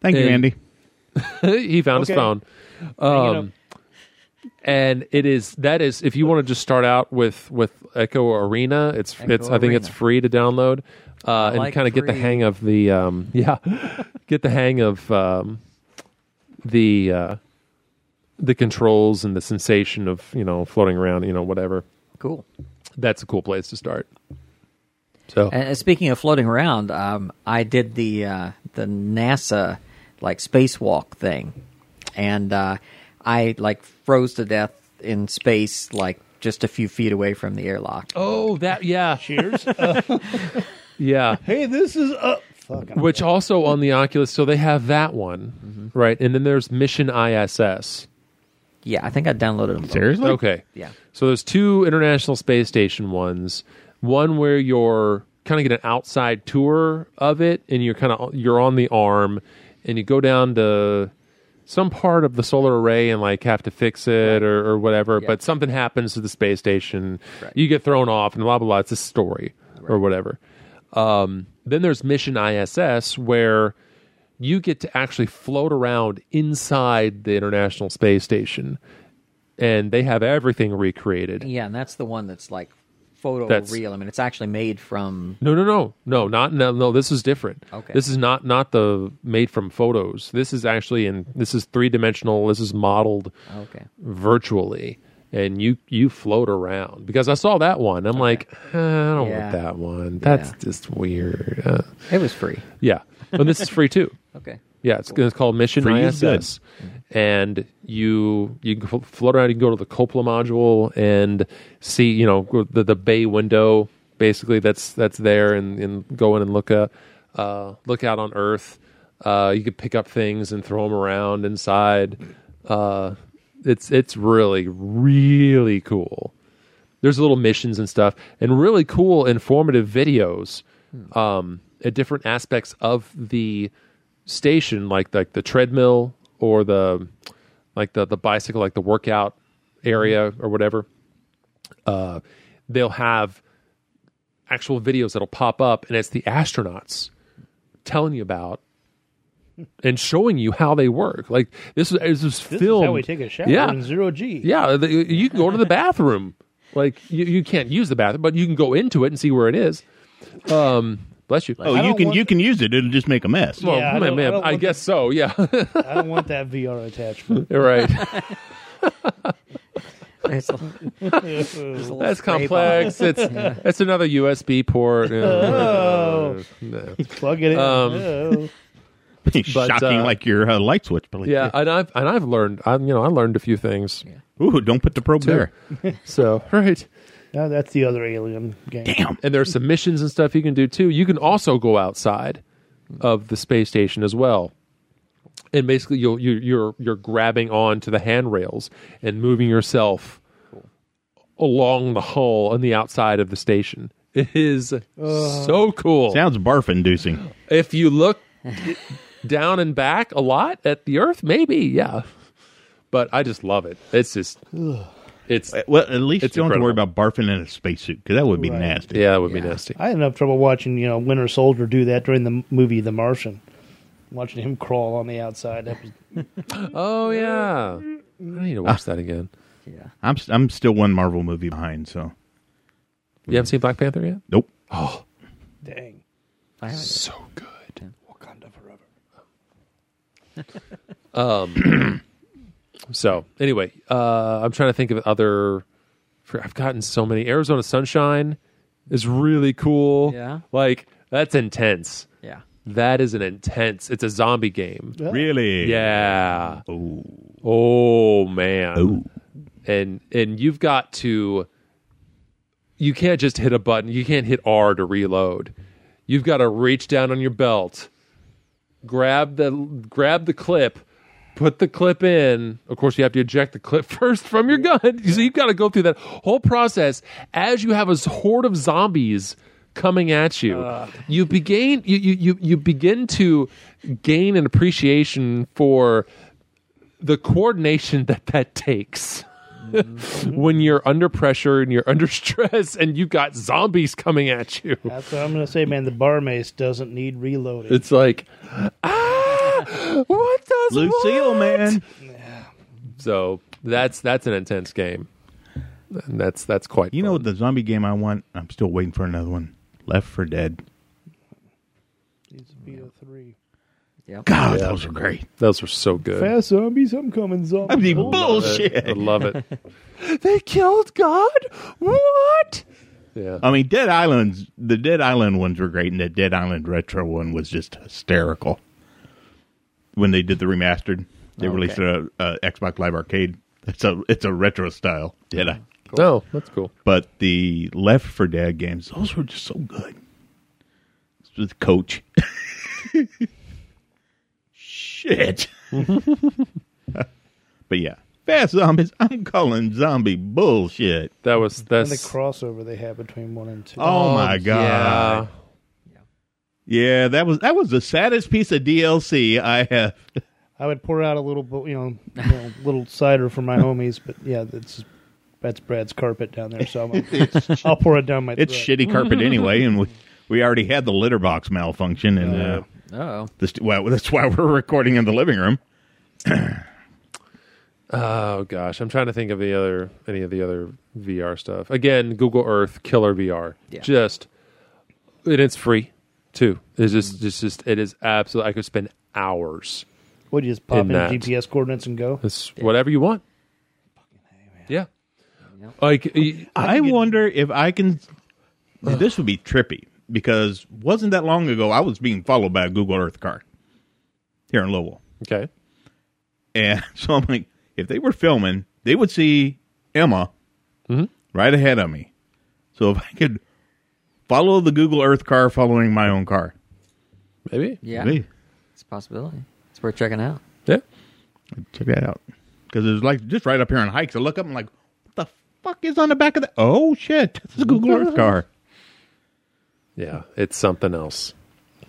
Speaker 1: Thank you,
Speaker 4: And-
Speaker 1: Andy.
Speaker 4: he found his
Speaker 5: Okay.
Speaker 4: phone. Um, and it is that is if you want to just start out with with Echo Arena, it's
Speaker 3: Echo
Speaker 4: it's I think it's
Speaker 3: Arena.
Speaker 4: free to download uh, and
Speaker 3: like
Speaker 4: kind of get the
Speaker 3: free.
Speaker 4: hang of the um, yeah, get the hang of um, the uh, the controls and the sensation of you know floating around you know whatever.
Speaker 3: Cool.
Speaker 4: That's a cool place to start. So
Speaker 3: And uh, speaking of floating around, um, I did the uh, the NASA like spacewalk thing, and uh, I like froze to death in space, like just a few feet away from the airlock.
Speaker 4: oh that yeah
Speaker 5: Cheers.
Speaker 4: yeah.
Speaker 5: Hey, this is up. Fuck. I'm-
Speaker 4: Which also on the Oculus, so they have that one,
Speaker 3: Mm-hmm.
Speaker 4: right? And then there's Mission ISS.
Speaker 3: Yeah, I think I downloaded them. both.
Speaker 1: Seriously?
Speaker 4: Okay.
Speaker 3: Yeah.
Speaker 4: So there's two International Space Station ones. One where you're kind of get an outside tour of it, and you're kind of you're on the arm, and you go down to some part of the solar array and like have to fix it or, or whatever. But something happens to the space station, you get thrown off, and blah blah blah. It's a story or whatever. Um, then there's Mission ISS where you get to actually float around inside the International Space Station, and they have everything recreated.
Speaker 3: Yeah, and that's the one that's like photo
Speaker 4: That's-
Speaker 3: real. I mean, it's actually made from.
Speaker 4: No, no, no, no, not no, no. This is different.
Speaker 3: Okay.
Speaker 4: this is not not the made from photos. This is actually in this is three dimensional. This is modeled
Speaker 3: Okay.
Speaker 4: virtually, and you you float around because I saw that one. I'm like, "Uh, I don't
Speaker 3: Yeah.
Speaker 4: want that one. That's
Speaker 3: Yeah.
Speaker 4: just weird. Uh,
Speaker 3: It was free.
Speaker 4: yeah, and this is free too.
Speaker 3: Okay.
Speaker 4: Yeah, it's, it's called Mission
Speaker 1: Free is good.
Speaker 4: ISS, and you you can fl- float around. You can go to the Copla module and see you know go- the the bay window basically that's that's there, and, and go in and look at uh, look out on Earth. Uh, you could pick up things and throw them around inside. Uh, it's it's really really cool. There's little missions and stuff, and really cool informative videos
Speaker 5: Hmm.
Speaker 4: um, at different aspects of the station, like like the treadmill or the like the the bicycle, like the workout area
Speaker 5: Hmm.
Speaker 4: or whatever. Uh, they'll have actual videos that'll pop up, and it's the astronauts telling you about and showing you how they work. Like this is this is
Speaker 5: This
Speaker 4: filmed.
Speaker 5: is how we take a shower
Speaker 4: Yeah.
Speaker 5: in zero G.
Speaker 4: Yeah, the, you can go to the bathroom. Like you, you can't use the bathroom, but you can go into it and see where it is. Um, bless you.
Speaker 1: Oh,
Speaker 5: I
Speaker 1: you
Speaker 5: don't
Speaker 1: can
Speaker 5: want-
Speaker 1: you can use it. It'll just make a mess.
Speaker 4: Well,
Speaker 5: Yeah, I
Speaker 4: ma'am,
Speaker 5: don't- I
Speaker 4: ma'am,
Speaker 5: don't
Speaker 4: I
Speaker 5: want
Speaker 4: guess so. Yeah,
Speaker 5: I don't want that VR attachment.
Speaker 4: right.
Speaker 3: It's a- it's a little
Speaker 4: That's
Speaker 3: spray bottle.
Speaker 4: complex. It's it's another USB port.
Speaker 5: Oh.
Speaker 4: Uh, no.
Speaker 5: Plug it in.
Speaker 4: Um,
Speaker 5: Oh.
Speaker 1: Shocking,
Speaker 4: uh,
Speaker 1: like your uh, light switch. Please.
Speaker 4: Yeah, and I've and I've learned. I you know I learned a few things.
Speaker 1: Ooh, don't put the probe there.
Speaker 4: So right.
Speaker 5: No, that's the other alien game.
Speaker 1: Damn.
Speaker 4: and there's some missions and stuff you can do too. You can also go outside of the space station as well, and basically you'll, you you're you're grabbing onto the handrails and moving yourself along the hull and the outside of the station. It is so cool.
Speaker 1: Sounds barf inducing.
Speaker 4: If you look down and back a lot at the Earth, maybe yeah, but I just love it. It's just it's
Speaker 1: Well, at least
Speaker 4: It's
Speaker 1: you don't have to
Speaker 4: incredible.
Speaker 1: worry about barfing in a spacesuit because that would be
Speaker 5: Right.
Speaker 1: nasty.
Speaker 4: yeah, it would be nasty.
Speaker 5: I had enough trouble watching, you know, Winter Soldier do that during the movie The Martian. Watching him crawl on the outside. That was,
Speaker 4: Oh yeah, I need to watch that again.
Speaker 3: Yeah.
Speaker 1: I'm s- I'm still one Marvel movie behind. So
Speaker 4: You haven't seen Black Panther yet?
Speaker 1: nope.
Speaker 5: dang.
Speaker 3: I haven't-
Speaker 4: So good.
Speaker 5: Wakanda forever.
Speaker 4: Um, So anyway, uh, I'm trying to think of other. For, I've gotten so many. Arizona Sunshine is really cool.
Speaker 3: Yeah.
Speaker 4: like that's intense.
Speaker 3: yeah.
Speaker 4: That is an intense. It's a zombie game.
Speaker 1: Really?
Speaker 4: Yeah.
Speaker 1: Ooh.
Speaker 4: Oh man.
Speaker 1: Ooh.
Speaker 4: and and you've got to you can't just hit a button you can't hit r to reload you've got to reach down on your belt grab the grab the clip put the clip in of course you have to eject the clip first from your gun so you've got to go through that whole process as you have a horde of zombies coming at you you begin you, you you you begin to gain an appreciation for the coordination that that takes when you're under pressure and you're under stress and you've got zombies coming at you.
Speaker 5: That's what I'm going to say, man. The bar mace doesn't need reloading.
Speaker 4: It's like, ah, what does
Speaker 1: Lucille,
Speaker 4: what?"
Speaker 1: man.
Speaker 4: So that's that's an intense game. And that's that's quite.
Speaker 1: You know
Speaker 4: fun.
Speaker 1: the zombie game I want. I'm still waiting for another one. Left for Dead.
Speaker 5: Needs to be a three.
Speaker 1: God, those are great.
Speaker 4: those were so good.
Speaker 5: Fast zombies, I'm coming,
Speaker 1: I
Speaker 5: zombies.
Speaker 1: mean,
Speaker 4: I
Speaker 1: bullshit.
Speaker 4: love it. they killed God. What? Yeah.
Speaker 5: Oh.
Speaker 1: I mean, Dead Islands. The Dead Island ones were great, and the Dead Island retro one was just hysterical. When they did the remastered, they released a, a Xbox Live Arcade. It's a it's a retro style Dead Island.
Speaker 4: No, that's cool.
Speaker 1: But the Left for Dead games, those were just so good. with Coach. Shit. but yeah, fast zombies. I'm calling zombie bullshit.
Speaker 4: That was
Speaker 5: And the
Speaker 4: that's
Speaker 5: crossover they had between one and two.
Speaker 1: Oh, my
Speaker 4: yeah.
Speaker 1: god. Yeah. that was that was the saddest piece of DLC I uh, have.
Speaker 5: I would pour out a little, bo- you know, you know little cider for my homies, but yeah, that's that's Brad's carpet down there, so I'm, I'll pour it down my.
Speaker 1: It's
Speaker 5: throat.
Speaker 1: shitty carpet anyway, and we we already had the litter box malfunction, and uh,
Speaker 3: Oh,
Speaker 1: this, well, that's why we're recording in the living room.
Speaker 4: Oh gosh, I'm trying to think of the other any of the other VR stuff. Again, Google Earth Killer VR.
Speaker 3: Yeah.
Speaker 4: Just and it's free too. It's just it's just it is absolutely I could spend hours.
Speaker 5: Would you just pop
Speaker 4: in
Speaker 5: in,
Speaker 4: that.
Speaker 5: GPS coordinates and go?
Speaker 4: It's whatever you want. Yeah. Like y-
Speaker 1: I wonder if I can. This would be trippy because wasn't that long ago I was being followed by a Google Earth car here in Lowell,
Speaker 4: okay.
Speaker 1: and so I'm like, if they were filming, they would see Emma
Speaker 4: Mm-hmm.
Speaker 1: right ahead of me. So if I could follow the Google Earth car following my own car,
Speaker 4: Maybe.
Speaker 3: yeah.
Speaker 1: maybe.
Speaker 3: It's a possibility. It's worth checking out.
Speaker 4: Yeah.
Speaker 1: check that out because it was like just right up here on hikes. I look up and like, what the fuck is on the back of that? Oh shit, that's a Google Earth car.
Speaker 4: Yeah. It's something else.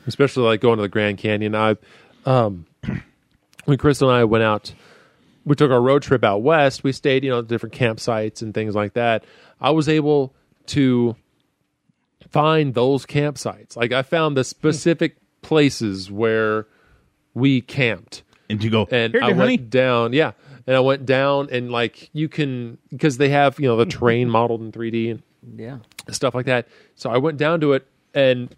Speaker 4: Especially like going to the Grand Canyon. I um when Crystal and I went out we took our road trip out west. We stayed, you know, at different campsites and things like that. I was able to find those campsites. Like I found the specific places where we camped.
Speaker 1: And you go,
Speaker 4: and
Speaker 1: here,
Speaker 4: I
Speaker 1: honey.
Speaker 4: went down. Yeah, and I went down and like you can because they have you know the terrain modeled in 3D and
Speaker 3: Yeah.
Speaker 4: stuff like that. So I went down to it and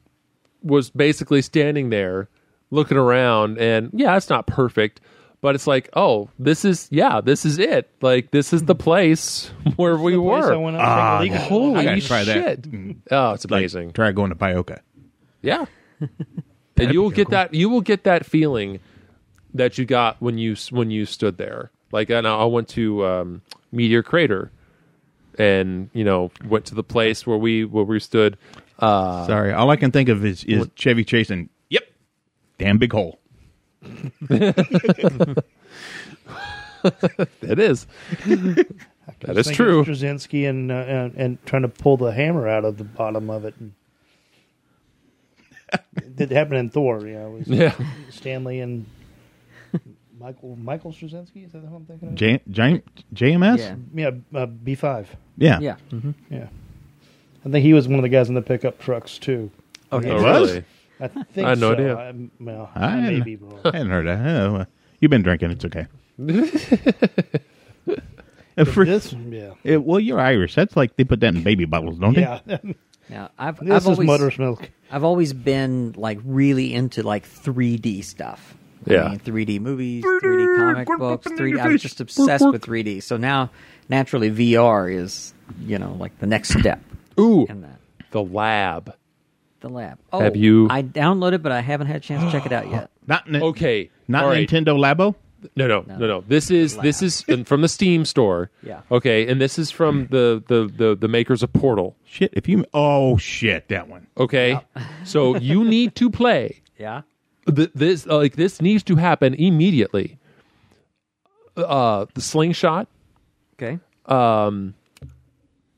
Speaker 4: was basically standing there looking around and yeah, it's not perfect, but it's like, oh, this is yeah, this is it. Like this is the place where we
Speaker 5: Hmm. Place I
Speaker 4: were.
Speaker 5: went out and take a leak.
Speaker 4: "Ah, Holy
Speaker 1: Ah, I gotta try
Speaker 4: shit.
Speaker 1: that.
Speaker 5: Hmm.
Speaker 4: Oh, it's
Speaker 1: Like,
Speaker 4: amazing.
Speaker 1: try going to Pioca.
Speaker 4: Yeah. and you will get that you will get that feeling that you got when you when you stood there. Like and I I went to um, Meteor Crater and you know went to the place where we where we stood. Ah.
Speaker 1: Sorry, all I can think of is, is Chevy Chase and yep, damn big hole.
Speaker 4: It is. that is
Speaker 5: Thinking
Speaker 4: true.
Speaker 5: Straczynski and, uh, and and trying to pull the hammer out of the bottom of it. And it did happen in Thor, you know. It was
Speaker 4: Yeah.
Speaker 5: Stanley and Michael Michael Straczynski is that who I'm thinking of?
Speaker 1: J, J, JMS?
Speaker 3: Yeah.
Speaker 5: yeah, uh, B five.
Speaker 1: Yeah.
Speaker 3: Yeah.
Speaker 4: Mm-hmm.
Speaker 5: Yeah, I think he was one of the guys in the pickup trucks too.
Speaker 4: Oh,
Speaker 1: was?
Speaker 4: really?
Speaker 5: I think
Speaker 4: I had no
Speaker 5: so.
Speaker 4: idea.
Speaker 5: I, well,
Speaker 1: I
Speaker 5: I may
Speaker 1: hadn't-
Speaker 5: be wrong.
Speaker 1: I hadn't heard that. Oh, well, you've been drinking. It's okay. Uh, for-
Speaker 5: this, yeah,
Speaker 1: uh, well, you're Irish. That's like they put that in baby bottles, don't
Speaker 5: yeah.
Speaker 3: Now I've
Speaker 5: this
Speaker 3: I've
Speaker 5: is
Speaker 3: always
Speaker 5: mother's milk.
Speaker 3: I've always been like really into like 3D stuff. I
Speaker 4: Yeah.
Speaker 3: mean, 3D movies, 3D comic books, 3D. I was just obsessed with 3D. So now, naturally, VR is you know like the next step
Speaker 4: Ooh,
Speaker 3: in that.
Speaker 4: the lab.
Speaker 3: The lab. Oh,
Speaker 4: Have you-
Speaker 3: I downloaded, but I haven't had a chance to check it out yet.
Speaker 1: they? Not ni-
Speaker 4: Okay.
Speaker 1: Not
Speaker 4: All right.
Speaker 1: Nintendo Labo.
Speaker 4: No, no, no, no. This is this is in- from the Steam store.
Speaker 3: Yeah.
Speaker 4: Okay, and this is from the the the, the makers of Portal.
Speaker 1: Shit. If you. Oh shit, that one.
Speaker 4: Okay. so you need to play
Speaker 3: Yeah.
Speaker 4: th- this uh, like this needs to happen immediately. Uh, the slingshot,
Speaker 3: Okay.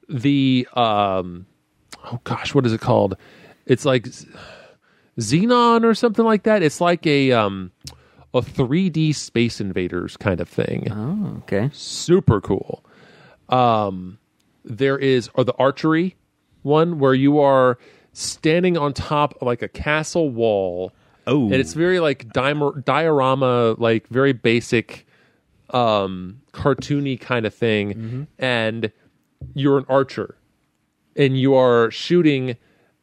Speaker 4: the um, oh gosh, what is it called? It's like Z- Xenon or something like that. It's like a um, a 3D Space Invaders kind of thing.
Speaker 3: Oh, okay.
Speaker 4: Super cool. Um, there is or the archery one where you are standing on top of like a castle wall.
Speaker 1: Oh,
Speaker 4: and it's very like dimer- diorama like very basic um cartoony kind of thing
Speaker 1: Mm-hmm.
Speaker 4: and you're an archer and you are shooting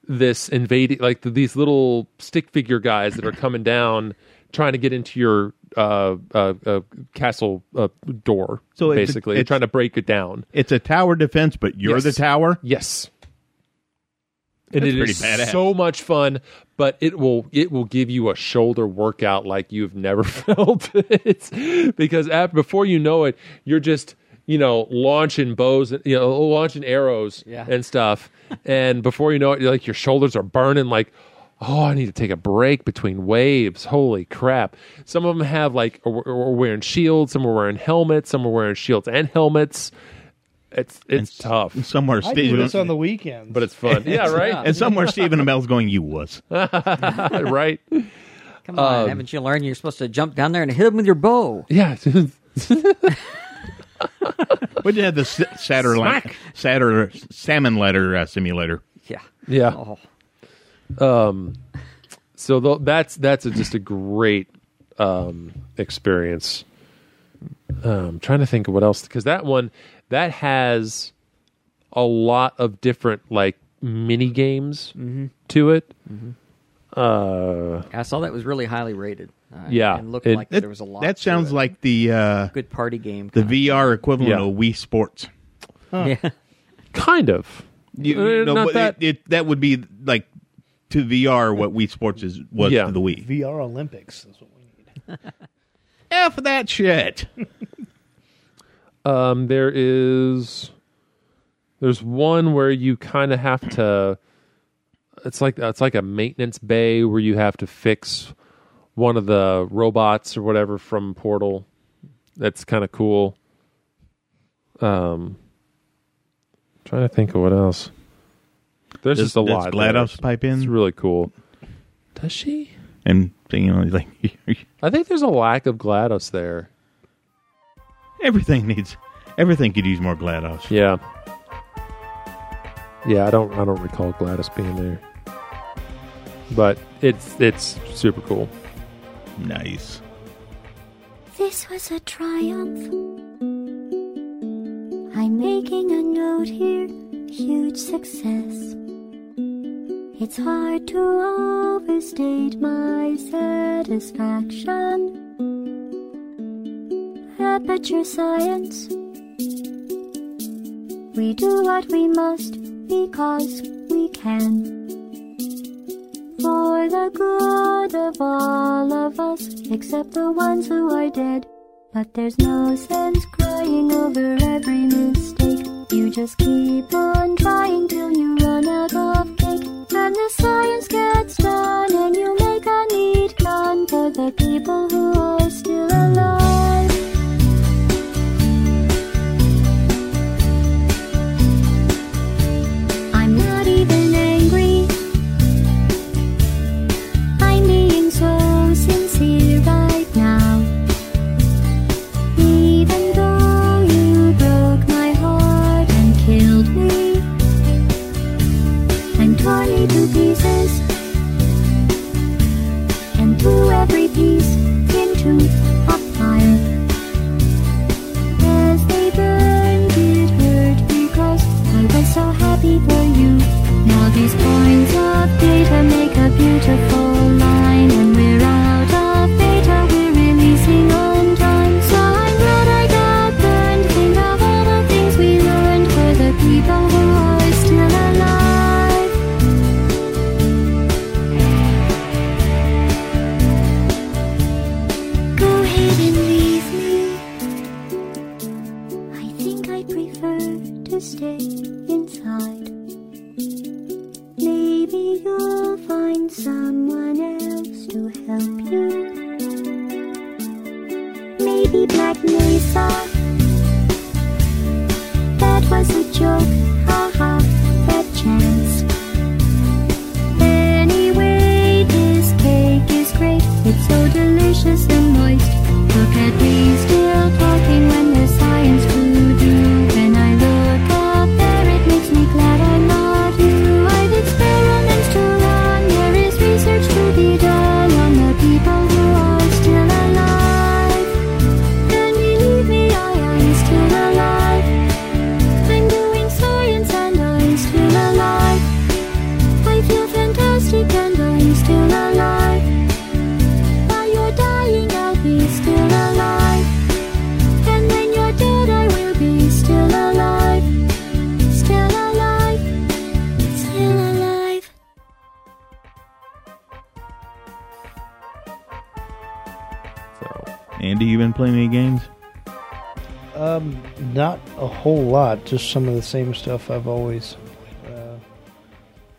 Speaker 4: this invading like th- these little stick figure guys that are coming down trying to get into your uh, uh, uh castle uh, door
Speaker 1: So
Speaker 4: so
Speaker 1: it's-
Speaker 4: basically
Speaker 1: it's-
Speaker 4: trying to break it down
Speaker 1: it's a tower defense, but you're
Speaker 4: Yes.
Speaker 1: the tower.
Speaker 4: Yes. And
Speaker 1: That's
Speaker 4: it
Speaker 1: pretty
Speaker 4: is
Speaker 1: badass.
Speaker 4: so much fun, but it will it will give you a shoulder workout like you've never felt it because after, before you know it, you're just you know launching bows, and you know launching arrows
Speaker 3: Yeah.
Speaker 4: and stuff, and before you know it, you're like your shoulders are burning. Like oh, I need to take a break between waves. Holy crap. Some of them have like, or, or wearing shields, some are wearing helmets, some are wearing shields and helmets. It's it's tough,
Speaker 1: Somewhere
Speaker 5: I do
Speaker 1: Stephen
Speaker 5: this on the weekends.
Speaker 4: but it's fun. Yeah, right?
Speaker 1: and somewhere Stephen Amell's going. You was
Speaker 4: right?
Speaker 3: Come
Speaker 4: Um,
Speaker 3: on, haven't you learned you're supposed to jump down there and hit him with your bow?
Speaker 4: Yeah.
Speaker 1: we did have the s- Saturn la- Saturn salmon letter uh, simulator.
Speaker 3: Yeah.
Speaker 4: yeah. Um,
Speaker 3: Oh,
Speaker 1: Oh.
Speaker 4: So tho- that's that's a, just a great um, experience. Um, trying to think of what else because that one that has a lot of different like mini games
Speaker 1: Mm-hmm.
Speaker 4: to it. Uh,
Speaker 3: I saw that was really highly rated. Uh,
Speaker 4: Yeah,
Speaker 3: and looked
Speaker 4: it-
Speaker 3: like there was a lot.
Speaker 1: That
Speaker 3: to
Speaker 1: sounds
Speaker 3: it.
Speaker 1: like the uh,
Speaker 3: good party game.
Speaker 1: the
Speaker 3: kinda.
Speaker 1: VR equivalent
Speaker 4: Yeah.
Speaker 1: of Wii Sports.
Speaker 3: yeah.
Speaker 4: kind of.
Speaker 1: You,
Speaker 4: Uh,
Speaker 1: you know,
Speaker 4: not
Speaker 1: but
Speaker 4: that-
Speaker 1: It, it, that would be like to VR what Wii Sports is was
Speaker 4: Yeah.
Speaker 1: to the Wii.
Speaker 5: VR Olympics is what we need.
Speaker 1: F that shit.
Speaker 4: Um, there is there's one where you kind of have to. It's like it's like a maintenance bay where you have to fix one of the robots or whatever from Portal. That's kind of cool. Um, trying to think of what else. There's
Speaker 1: Does-
Speaker 4: just a
Speaker 1: does
Speaker 4: lot. there.
Speaker 1: GLaDOS pipe in?
Speaker 4: It's really cool. Does she?
Speaker 1: And you know, like
Speaker 4: I think there's a lack of Glados there.
Speaker 1: everything needs everything could use more GLaDOS.
Speaker 4: Yeah. Yeah, I don't I don't recall Gladys being there. But it's it's super cool.
Speaker 1: Nice.
Speaker 6: This was a triumph. I'm making a note here, huge success. It's hard to overstate my satisfaction. Aperture science. We do what we must because we can. For the good of all of us, except the ones who are dead. But there's no sense crying over every mistake. You just keep on trying till you run out of cake. And the science gets done, and you make a neat gun for the people who are still alive. I'm not even angry. I'm being so sincere right now. Even though you broke my heart and killed me and tore me to pieces and threw every piece into a fire. As they burned, it hurt because I was so happy for you. Now these points of data make a beautiful line, and we're out of data. We're releasing on time, so I'm glad I got burned. Think of all the things we learned for the people who are still alive. Go ahead and leave me. I think I prefer to stay inside. Maybe you'll find someone else to help you. Maybe Black Mesa. That was a joke, haha, that chance. Anyway, this cake is great. It's so delicious and moist. Look at me still talking when there's science to do. When I look up there, it makes me glad I'm not you. I've experiments to run. There is research to be done on the people who are still alive. And believe me, I am still alive. I'm doing science and I'm still alive. I feel fantastic and I'm still alive. While you're dying, I'll be still alive. And when you're dead, I will be still alive. Still alive. Still alive.
Speaker 4: So
Speaker 1: Andy, you been playing any games?
Speaker 5: Um, not a whole lot. Just some of the same stuff I've always. played. Uh,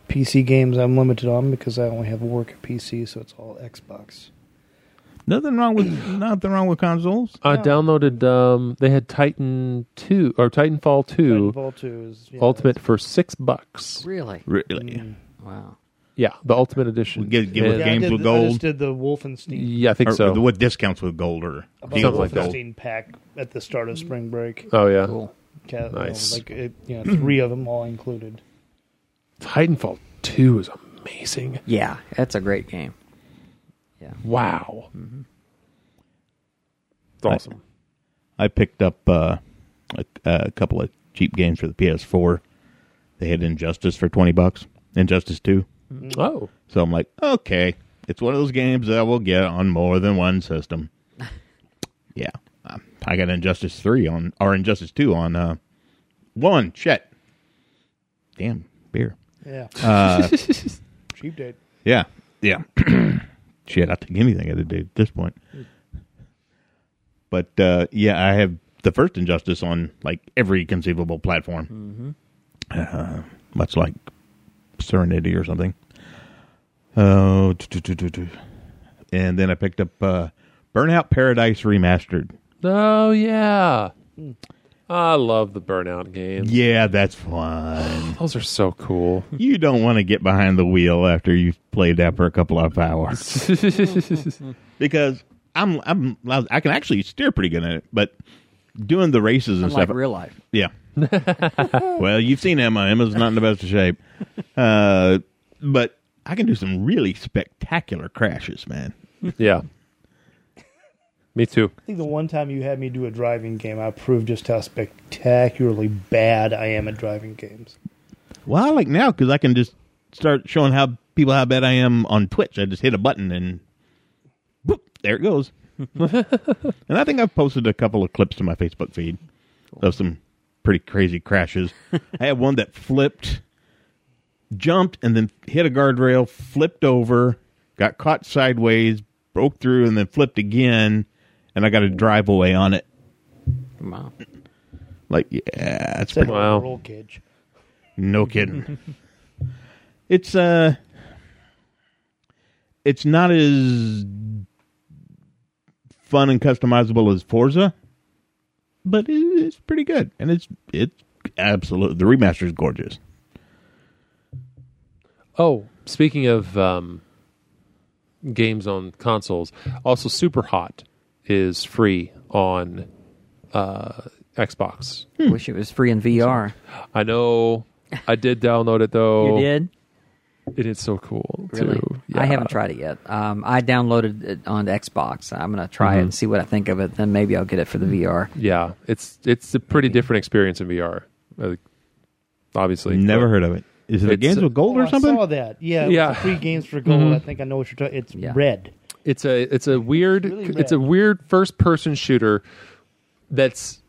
Speaker 5: PC games I'm limited on because I only have work at PC, so it's all Xbox.
Speaker 1: Nothing wrong with nothing wrong with consoles.
Speaker 4: I downloaded. Um, they had Titan two or Titanfall two,
Speaker 5: Titanfall 2 is yeah,
Speaker 4: Ultimate for six bucks.
Speaker 3: Really?
Speaker 1: Really,
Speaker 3: Wow.
Speaker 4: Yeah, the Ultimate edition.
Speaker 1: We get- get with
Speaker 4: And-
Speaker 5: Yeah, I
Speaker 1: Games
Speaker 5: did
Speaker 1: with
Speaker 5: the- I
Speaker 1: gold.
Speaker 5: just did the Wolfenstein.
Speaker 4: Yeah, I think
Speaker 1: or,
Speaker 4: so.
Speaker 1: What discounts with gold or
Speaker 5: I bought
Speaker 1: deals
Speaker 5: a
Speaker 4: Something like
Speaker 1: with
Speaker 4: that.
Speaker 1: gold?
Speaker 5: Wolfenstein pack at the start of spring break.
Speaker 4: oh yeah,
Speaker 3: Cool.
Speaker 5: Ca- you know,
Speaker 4: Nice.
Speaker 5: like it, you know, three of them all included.
Speaker 4: Titanfall two is amazing.
Speaker 3: Yeah, that's a great game.
Speaker 4: Wow,
Speaker 5: Mm-hmm.
Speaker 4: it's awesome.
Speaker 1: I picked up uh, a, a couple of cheap games for the PS4. They had Injustice for twenty bucks. Injustice two.
Speaker 5: Mm.
Speaker 4: Oh,
Speaker 1: So I'm like, okay, it's one of those games that I will get on more than one system. yeah, um, I got Injustice three on or Injustice two on uh, one. Shit, damn beer.
Speaker 5: Yeah, cheap date.
Speaker 1: Yeah, yeah. Shit, I'll take anything at a day at this point. But uh, yeah, I have the first Injustice on like every conceivable platform, uh, much like Serenity or something. Oh, tu- tu- tu- tu- tu. and then I picked up uh, Burnout Paradise Remastered.
Speaker 4: oh yeah.
Speaker 5: Mm.
Speaker 4: I love the Burnout games.
Speaker 1: Yeah, that's fun.
Speaker 4: Those are so cool.
Speaker 1: you don't want to get behind the wheel after you've played that for a couple of hours. because I'm I'm I can actually steer pretty good at it, but doing the races and
Speaker 3: Unlike
Speaker 1: stuff,
Speaker 3: real life.
Speaker 1: yeah. well, you've seen Emma. Emma's not in the best of shape, uh, but I can do some really spectacular crashes, man.
Speaker 4: yeah. Me too.
Speaker 5: I think the one time you had me do a driving game, I proved just how spectacularly bad I am at driving games.
Speaker 1: Well, I like now because I can just start showing how people how bad I am on Twitch. I just hit a button and boop, there it goes. and I think I've posted a couple of clips to my Facebook feed of some pretty crazy crashes. I had one that flipped, jumped, and then hit a guardrail, flipped over, got caught sideways, broke through, and then flipped again, and I got a drive away on it.
Speaker 3: Wow.
Speaker 1: Like, yeah, that's pretty
Speaker 5: Except for
Speaker 4: Wow.
Speaker 5: roll cage.
Speaker 1: no kidding. it's uh it's not as fun and customizable as Forza, but it, it's pretty good. And it's it's absolute the remaster is gorgeous.
Speaker 4: Oh, speaking of um, games on consoles, also Super Hot is free on uh, Xbox.
Speaker 3: Wish it was free in VR.
Speaker 4: I know. I did download it though.
Speaker 3: You did?
Speaker 4: It is so cool.
Speaker 3: Really?
Speaker 4: Too.
Speaker 3: I
Speaker 4: Yeah.
Speaker 3: haven't tried it yet. Um, I downloaded it on the Xbox. I'm going to try
Speaker 4: Mm-hmm.
Speaker 3: it and see what I think of it. Then maybe I'll get it for the VR.
Speaker 4: Yeah, it's it's a pretty different experience in VR. uh, Obviously,
Speaker 1: Never heard of it. Is it
Speaker 4: It's,
Speaker 1: games
Speaker 4: uh,
Speaker 1: with gold
Speaker 5: Oh,
Speaker 1: or something?
Speaker 5: I saw that. Yeah, it
Speaker 4: Yeah.
Speaker 5: was the free games for gold. I think I know what you're talking. It's
Speaker 3: Yeah.
Speaker 5: red.
Speaker 4: It's a it's a weird
Speaker 5: really
Speaker 4: it's,
Speaker 5: rad.
Speaker 4: a weird first person shooter that's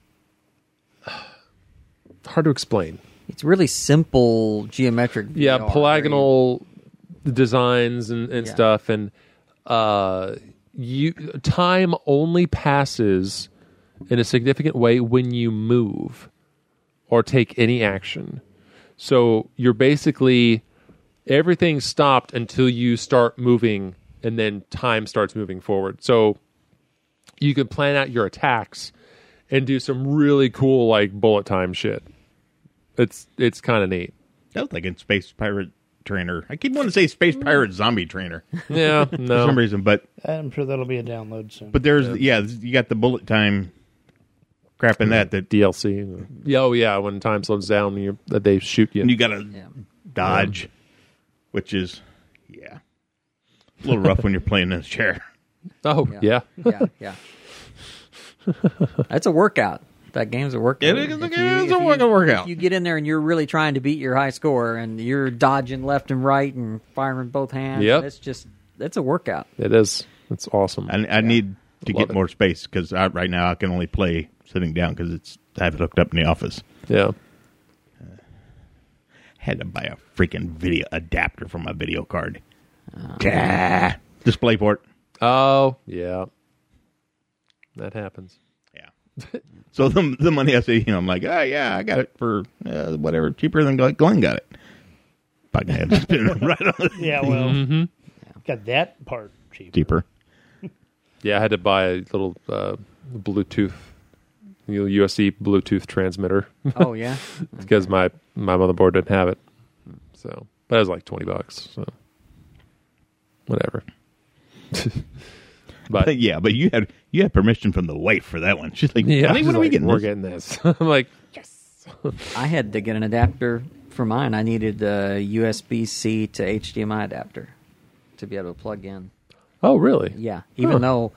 Speaker 4: hard to explain.
Speaker 3: It's really simple geometric.
Speaker 4: Yeah,
Speaker 3: VR,
Speaker 4: polygonal designs and, and
Speaker 3: Yeah.
Speaker 4: stuff and uh you time only passes in a significant way when you move or take any action. So you're basically everything stopped until you start moving and then time starts moving forward. So you can plan out your attacks and do some really cool like bullet time shit. It's it's kind of neat.
Speaker 1: That was like in Space Pirate Trainer. I keep wanting to say Space Pirate Zombie Trainer for
Speaker 4: Yeah, no.
Speaker 5: Oh.
Speaker 1: some reason, but
Speaker 5: I'm sure that'll be a download soon.
Speaker 1: but there's yeah, you got the bullet time crap
Speaker 5: Hmm.
Speaker 1: in that that
Speaker 4: DLC. Yeah, oh yeah, when time slows down, you that they shoot you.
Speaker 1: and you got to dodge, which is yeah, a little rough when you're playing in a chair.
Speaker 4: oh yeah,
Speaker 3: Yeah, yeah. That's a workout. That game's a workout.
Speaker 1: It is a-
Speaker 3: If
Speaker 1: it is a
Speaker 3: if
Speaker 1: work- a workout.
Speaker 3: if You get in there and you're really trying to beat your high score, and you're dodging left and right and firing both hands.
Speaker 4: Yep.
Speaker 3: It's just that's a workout.
Speaker 4: it is. It's awesome.
Speaker 1: I, I need to
Speaker 4: Love
Speaker 1: get
Speaker 4: it.
Speaker 1: more space because right now I can only play sitting down because it's I have it hooked up in the office.
Speaker 4: yeah,
Speaker 1: Had to buy a freaking video adapter for my video card. Ah, display port.
Speaker 4: oh yeah, that happens.
Speaker 1: Yeah. so the the money I see, you know, I'm like, oh yeah, I got it for uh, whatever cheaper than Glenn got it. Fucking had to spin right on
Speaker 5: Yeah, well,
Speaker 4: Mm-hmm.
Speaker 5: got that part cheap.
Speaker 1: deeper.
Speaker 4: Yeah, I had to buy a little uh, Bluetooth, you know, USB Bluetooth transmitter
Speaker 3: Oh yeah.
Speaker 4: because my my motherboard didn't have it. So, but it was like twenty bucks. So, whatever. but
Speaker 1: But yeah, but you had you had permission from the wife for that one. She's like,
Speaker 4: yeah,
Speaker 1: I think when are we getting
Speaker 4: we're
Speaker 1: this?
Speaker 4: getting this. I'm like,
Speaker 3: I had to get an adapter for mine. I needed a USB C to HDMI adapter to be able to plug in.
Speaker 4: oh really?
Speaker 3: Yeah, even
Speaker 4: Huh.
Speaker 3: though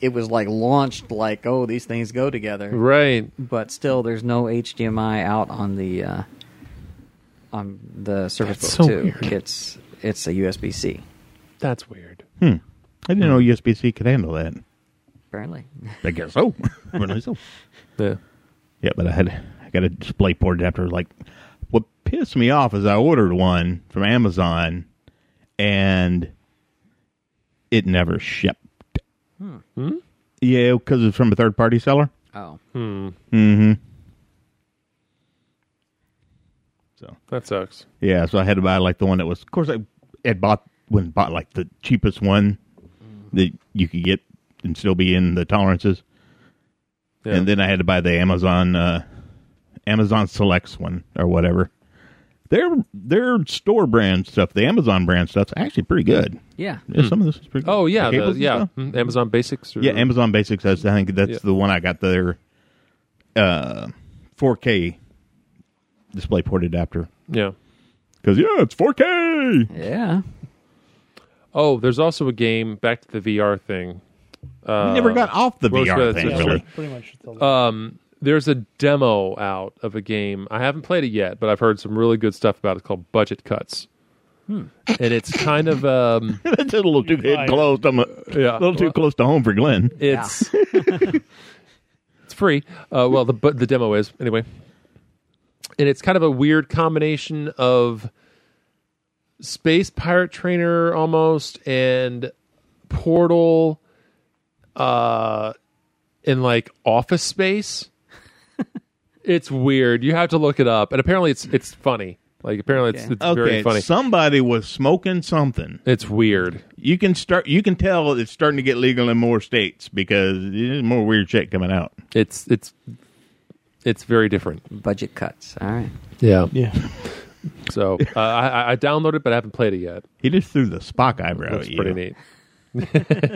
Speaker 3: it was like launched like oh these things go together,
Speaker 4: Right.
Speaker 3: but still there's no HDMI out on the uh, on the Surface
Speaker 4: That's
Speaker 3: Book
Speaker 4: so
Speaker 3: Two.
Speaker 4: weird.
Speaker 3: It's it's a USB C
Speaker 4: That's weird.
Speaker 1: I didn't know USB C could handle that.
Speaker 3: apparently.
Speaker 1: I guess so. Really so.
Speaker 4: Yeah.
Speaker 1: Yeah, but I had I got a display port adapter. Like, what pissed me off is I ordered one from Amazon, and it never shipped. Hmm. Yeah, because it's from a third party seller.
Speaker 3: Oh,
Speaker 1: So
Speaker 4: That sucks.
Speaker 1: yeah, so I had to buy like the one that was. Of course, I had bought when bought like the cheapest one that you could get and still be in the tolerances,
Speaker 4: Yeah.
Speaker 1: and then I had to buy the Amazon uh, Amazon Selects one or whatever. Their their store brand stuff, the Amazon brand stuff's actually pretty good.
Speaker 3: yeah.
Speaker 1: Yeah, Some of this is pretty. good.
Speaker 4: oh yeah,
Speaker 1: The
Speaker 4: the,
Speaker 1: cables and
Speaker 4: yeah.
Speaker 1: stuff.
Speaker 4: Mm, Amazon Basics. Or,
Speaker 1: yeah. Amazon Basics. That's, I think that's
Speaker 4: Yeah.
Speaker 1: the one I got their uh, 4K display port adapter
Speaker 4: Yeah.
Speaker 1: because yeah, it's 4K.
Speaker 3: Yeah.
Speaker 4: Oh, there's also a game back to the VR thing. Uh,
Speaker 1: we never got off the
Speaker 4: well,
Speaker 1: VR
Speaker 4: it's-
Speaker 1: thing
Speaker 4: it's-
Speaker 1: really.
Speaker 4: sure.
Speaker 5: Pretty much. The,
Speaker 4: Um, there's a demo out of a game. I haven't played it yet, but I've heard some really good stuff about it. It's called Budget Cuts,
Speaker 1: Hmm.
Speaker 4: and it's kind of um,
Speaker 1: that's a little too
Speaker 5: Right.
Speaker 1: close. I'm a,
Speaker 4: yeah,
Speaker 1: a little too close to home for Glenn.
Speaker 4: it's it's free. Uh, well, the but the demo is anyway, and it's kind of a weird combination of space pirate trainer almost and portal, uh, and like office space. it's weird. You have to look it up, and apparently it's it's funny. Like apparently it's,
Speaker 3: Okay.
Speaker 4: it's very funny.
Speaker 1: somebody was smoking something.
Speaker 4: It's weird.
Speaker 1: You can start. You can tell it's starting to get legal in more states because there's more weird shit coming out.
Speaker 4: It's it's it's very different.
Speaker 3: Budget cuts. All right.
Speaker 4: Yeah.
Speaker 5: yeah.
Speaker 4: So uh, I, I- I downloaded it, but I haven't played it yet.
Speaker 1: He just threw the Spock eyebrow.
Speaker 4: Looks
Speaker 1: at you.
Speaker 4: pretty neat.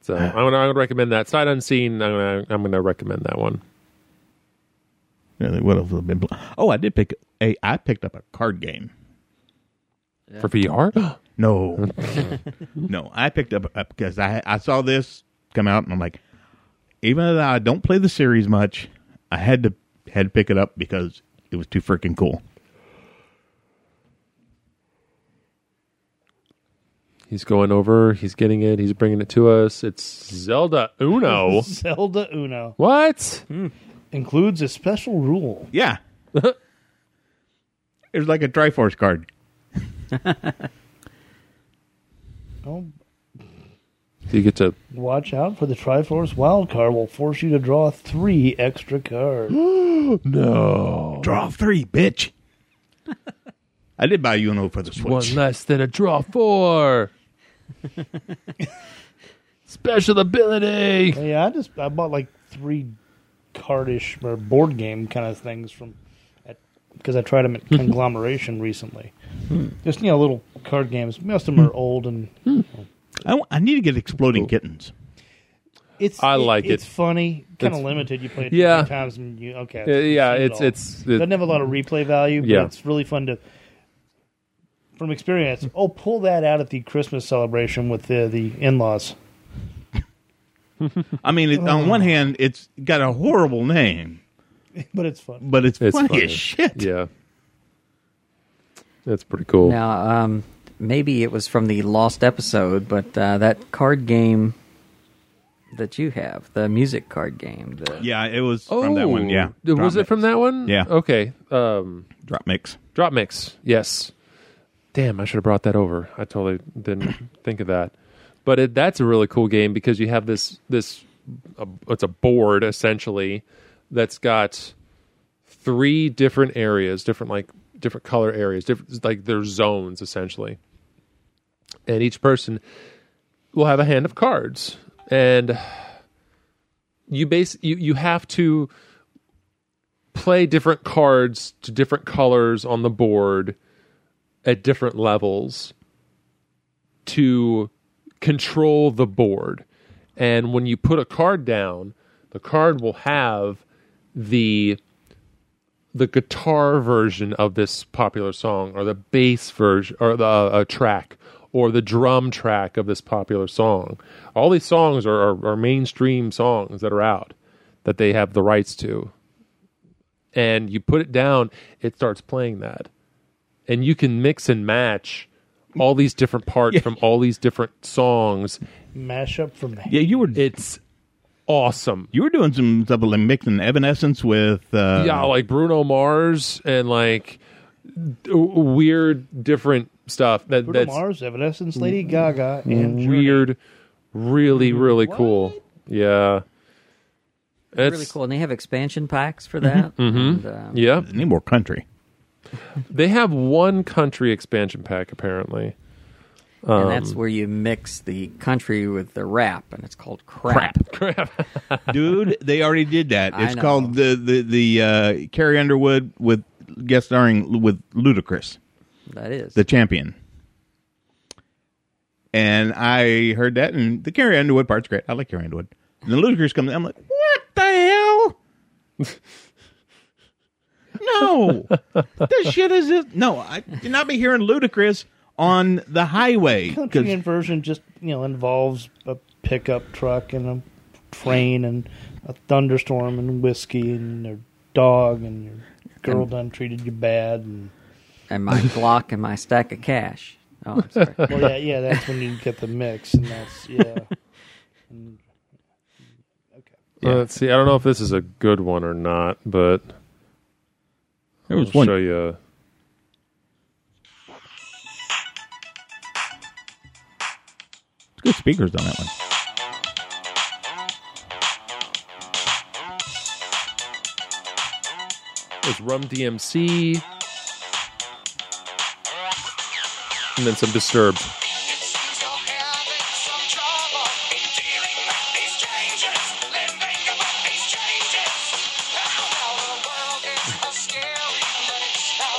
Speaker 4: so I'm gonna, I'm gonna recommend that. Sight unseen. I'm gonna I'm gonna recommend that one.
Speaker 1: Yeah, they would have been. Bl- oh, I did pick a. I picked up a card game.
Speaker 4: For VR?
Speaker 1: No, no, I picked up uh, because I I saw this come out and I'm like, even though I don't play the series much, I had to had to pick it up because it was too freaking cool.
Speaker 4: he's going over. He's getting it. He's bringing it to us. It's Zelda Uno.
Speaker 5: Zelda Uno
Speaker 4: what?
Speaker 5: includes a special rule.
Speaker 1: Yeah, it was like a Triforce card.
Speaker 5: Oh,
Speaker 4: You get to
Speaker 5: watch out for the Triforce wild card will force you to draw three extra cards.
Speaker 4: no
Speaker 1: Draw three, bitch. I did buy Uno for the
Speaker 4: one
Speaker 1: Switch.
Speaker 4: less than a draw four. Special ability.
Speaker 5: yeah, I just I bought like three cardish or board game kind of things from because I tried them at conglomeration recently. Just you know, little card games. Most of them are old and
Speaker 1: I, w- I need to get Exploding Kittens.
Speaker 5: it's.
Speaker 4: I like it.
Speaker 5: It's funny, kind
Speaker 4: It's-
Speaker 5: of limited. You play it
Speaker 4: Yeah.
Speaker 5: yeah. three times and you okay.
Speaker 4: Yeah, yeah,
Speaker 5: I've seen it
Speaker 4: it's
Speaker 5: all.
Speaker 4: it's it-
Speaker 5: doesn't have a lot of replay value, but
Speaker 4: Yeah.
Speaker 5: it's really fun to. From experience, oh, pull that out at the Christmas celebration with the the in laws.
Speaker 1: I mean, it,
Speaker 4: Oh.
Speaker 1: on one hand, it's got a horrible name,
Speaker 5: But it's fun.
Speaker 1: but it's,
Speaker 4: It's
Speaker 1: funny,
Speaker 4: funny.
Speaker 1: as shit.
Speaker 4: yeah. That's pretty cool.
Speaker 3: Now, um, maybe it was from the lost episode, but uh, that card game that you have, the music card game, the
Speaker 1: Yeah, it was from that one. Yeah,
Speaker 4: Th-
Speaker 1: Drop
Speaker 4: Oh, was it
Speaker 1: Mix.
Speaker 4: from that one?
Speaker 1: Yeah.
Speaker 4: Okay. Um,
Speaker 1: Drop Mix?
Speaker 4: drop mix. Yes. Damn, I should have brought that over. I totally didn't think of that. But it, that's a really cool game because you have this this uh, it's a board essentially that's got three different areas, different like different color areas, different like their zones essentially. And each person will have a hand of cards, and you base you you have to play different cards to different colors on the board at different levels to control the board. And when you put a card down, the card will have the the guitar version of this popular song or the bass version or the uh, track or the drum track of this popular song. All these songs are, are, are mainstream songs that are out that they have the rights to. And you put it down, it starts playing that. And you can mix and match all these different parts from all these different songs.
Speaker 5: mashup from
Speaker 1: Yeah, you were
Speaker 4: It's awesome.
Speaker 1: you were doing some stuff like mixing Evanescence with uh,
Speaker 4: yeah, like Bruno Mars and like d- weird different stuff. That
Speaker 5: Bruno
Speaker 4: that's Mm-hmm.
Speaker 5: Mars, Evanescence, Lady Gaga, and Journey.
Speaker 4: weird, really, really cool. Yeah, it's
Speaker 3: really cool. And they have expansion packs for that. And, um,
Speaker 4: Mm-hmm. Yeah,
Speaker 1: Need more country.
Speaker 4: they have one country expansion pack apparently.
Speaker 3: and that's where you mix the country with the rap, and it's called crap.
Speaker 1: Dude, they already did that.
Speaker 3: I
Speaker 1: It's
Speaker 3: know.
Speaker 1: called the the the uh, Carrie Underwood with guest starring with Ludacris,
Speaker 3: That is.
Speaker 1: the champion. And I heard that, and the Carrie Underwood part's great. I like Carrie Underwood. And then Ludacris comes, in, I'm like, what the hell? no, this shit is it. No, I should not be hearing Ludacris on the highway. 'cause-
Speaker 5: country inversion just you know involves a pickup truck and a train and a thunderstorm and whiskey and your dog and your girl done treated you bad and
Speaker 3: and my Glock and my stack of cash. Oh, I'm sorry.
Speaker 5: well yeah yeah that's when you get the mix and that's yeah
Speaker 4: Uh, let's see. I don't know if this is a good one or not, but
Speaker 1: There was
Speaker 4: I'll
Speaker 1: one.
Speaker 4: show you.
Speaker 1: Good speakers on that one.
Speaker 4: There's Rum DMC. And then some Disturbed.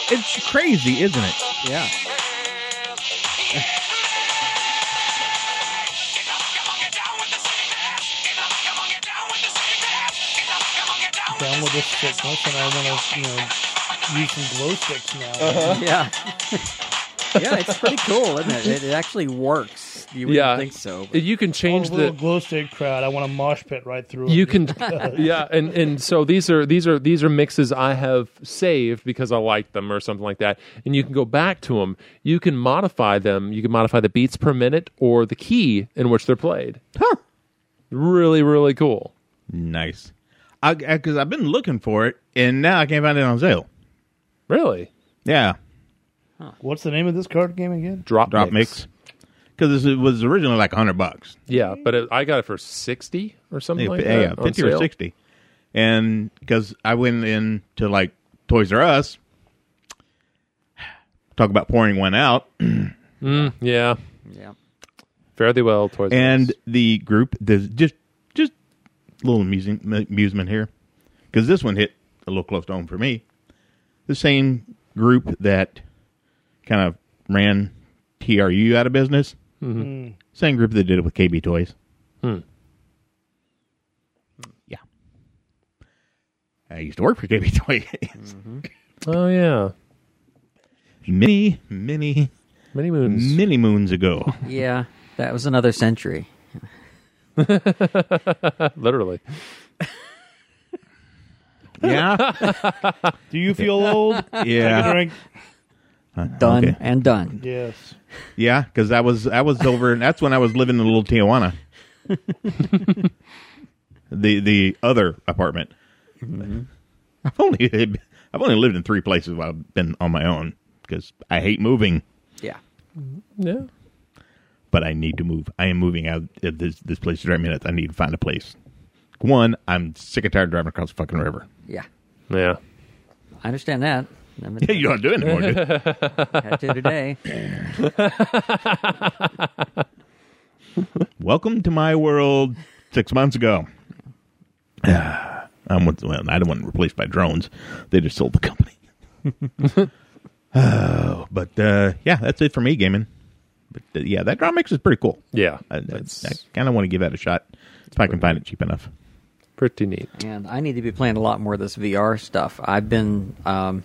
Speaker 1: It's crazy, isn't it?
Speaker 3: yeah.
Speaker 5: down with this shit once and I want to you know use some glow sticks now
Speaker 4: Uh-huh.
Speaker 3: Yeah. yeah, it's pretty cool, isn't it? It, it actually works. You wouldn't
Speaker 4: yeah,
Speaker 3: think so. but-
Speaker 4: You can
Speaker 5: All
Speaker 4: change
Speaker 5: the little
Speaker 4: the.
Speaker 5: glow stick crowd I want a mosh pit right through
Speaker 4: You
Speaker 5: it.
Speaker 4: can, yeah, and and so these are these are these are mixes I have saved because I like them or something like that, and you can go back to them. You can modify them. You can modify the beats per minute or the key in which they're played. Huh. Really, really cool.
Speaker 1: Nice. I because I've been looking for it, and now I can't find it on sale.
Speaker 4: Really.
Speaker 1: Yeah,
Speaker 5: what's the name of this card game again
Speaker 4: Drop
Speaker 1: drop mix. Because it was originally like hundred bucks,
Speaker 4: Yeah, but it, I got it for sixty or something
Speaker 1: yeah,
Speaker 4: like
Speaker 1: yeah,
Speaker 4: that. on
Speaker 1: fifty or
Speaker 4: sale.
Speaker 1: sixty. And because I went in to like Toys R Us, talk about pouring one out,
Speaker 4: Yeah,
Speaker 3: yeah.
Speaker 4: fare thee well, Toys R
Speaker 1: and
Speaker 4: Us.
Speaker 1: the group, there's just just a little amusing, amusement here, because this one hit a little close to home for me. The same group that kind of ran TRU out of business, Mm. same group that did it with KB Toys. Yeah, I used to work for KB Toys
Speaker 4: oh yeah,
Speaker 1: many, many,
Speaker 4: many moons.
Speaker 1: many moons ago.
Speaker 3: Yeah. That was another century.
Speaker 4: Literally.
Speaker 1: yeah,
Speaker 5: do you feel old
Speaker 1: yeah.
Speaker 5: drink
Speaker 3: Done
Speaker 1: Okay.
Speaker 3: and done.
Speaker 5: yes
Speaker 1: Yeah, because that was I was over, and that's when I was living in Little Tijuana, the the other apartment.
Speaker 5: Mm-hmm.
Speaker 1: I've only I've only lived in three places while I've been on my own because I hate moving,
Speaker 3: Yeah.
Speaker 4: Yeah.
Speaker 1: but I need to move. I am moving out of this this place in right minutes. I need to find a place. One, I'm sick and tired of driving across the fucking river.
Speaker 3: Yeah.
Speaker 4: Yeah.
Speaker 3: I understand that. Never
Speaker 1: Yeah, you don't do it anymore, dude.
Speaker 3: had to today.
Speaker 1: Welcome to my world six months ago. I'm with, well, I don't want replaced by drones. They just sold the company. Oh, but uh, yeah, that's it for me gaming. But uh, yeah, that draw mix is pretty cool.
Speaker 4: Yeah,
Speaker 1: I, I,
Speaker 4: that's
Speaker 1: I kind of want to give that a shot if I can find it cheap enough.
Speaker 4: pretty neat.
Speaker 3: And I need to be playing a lot more of this VR stuff. I've been um,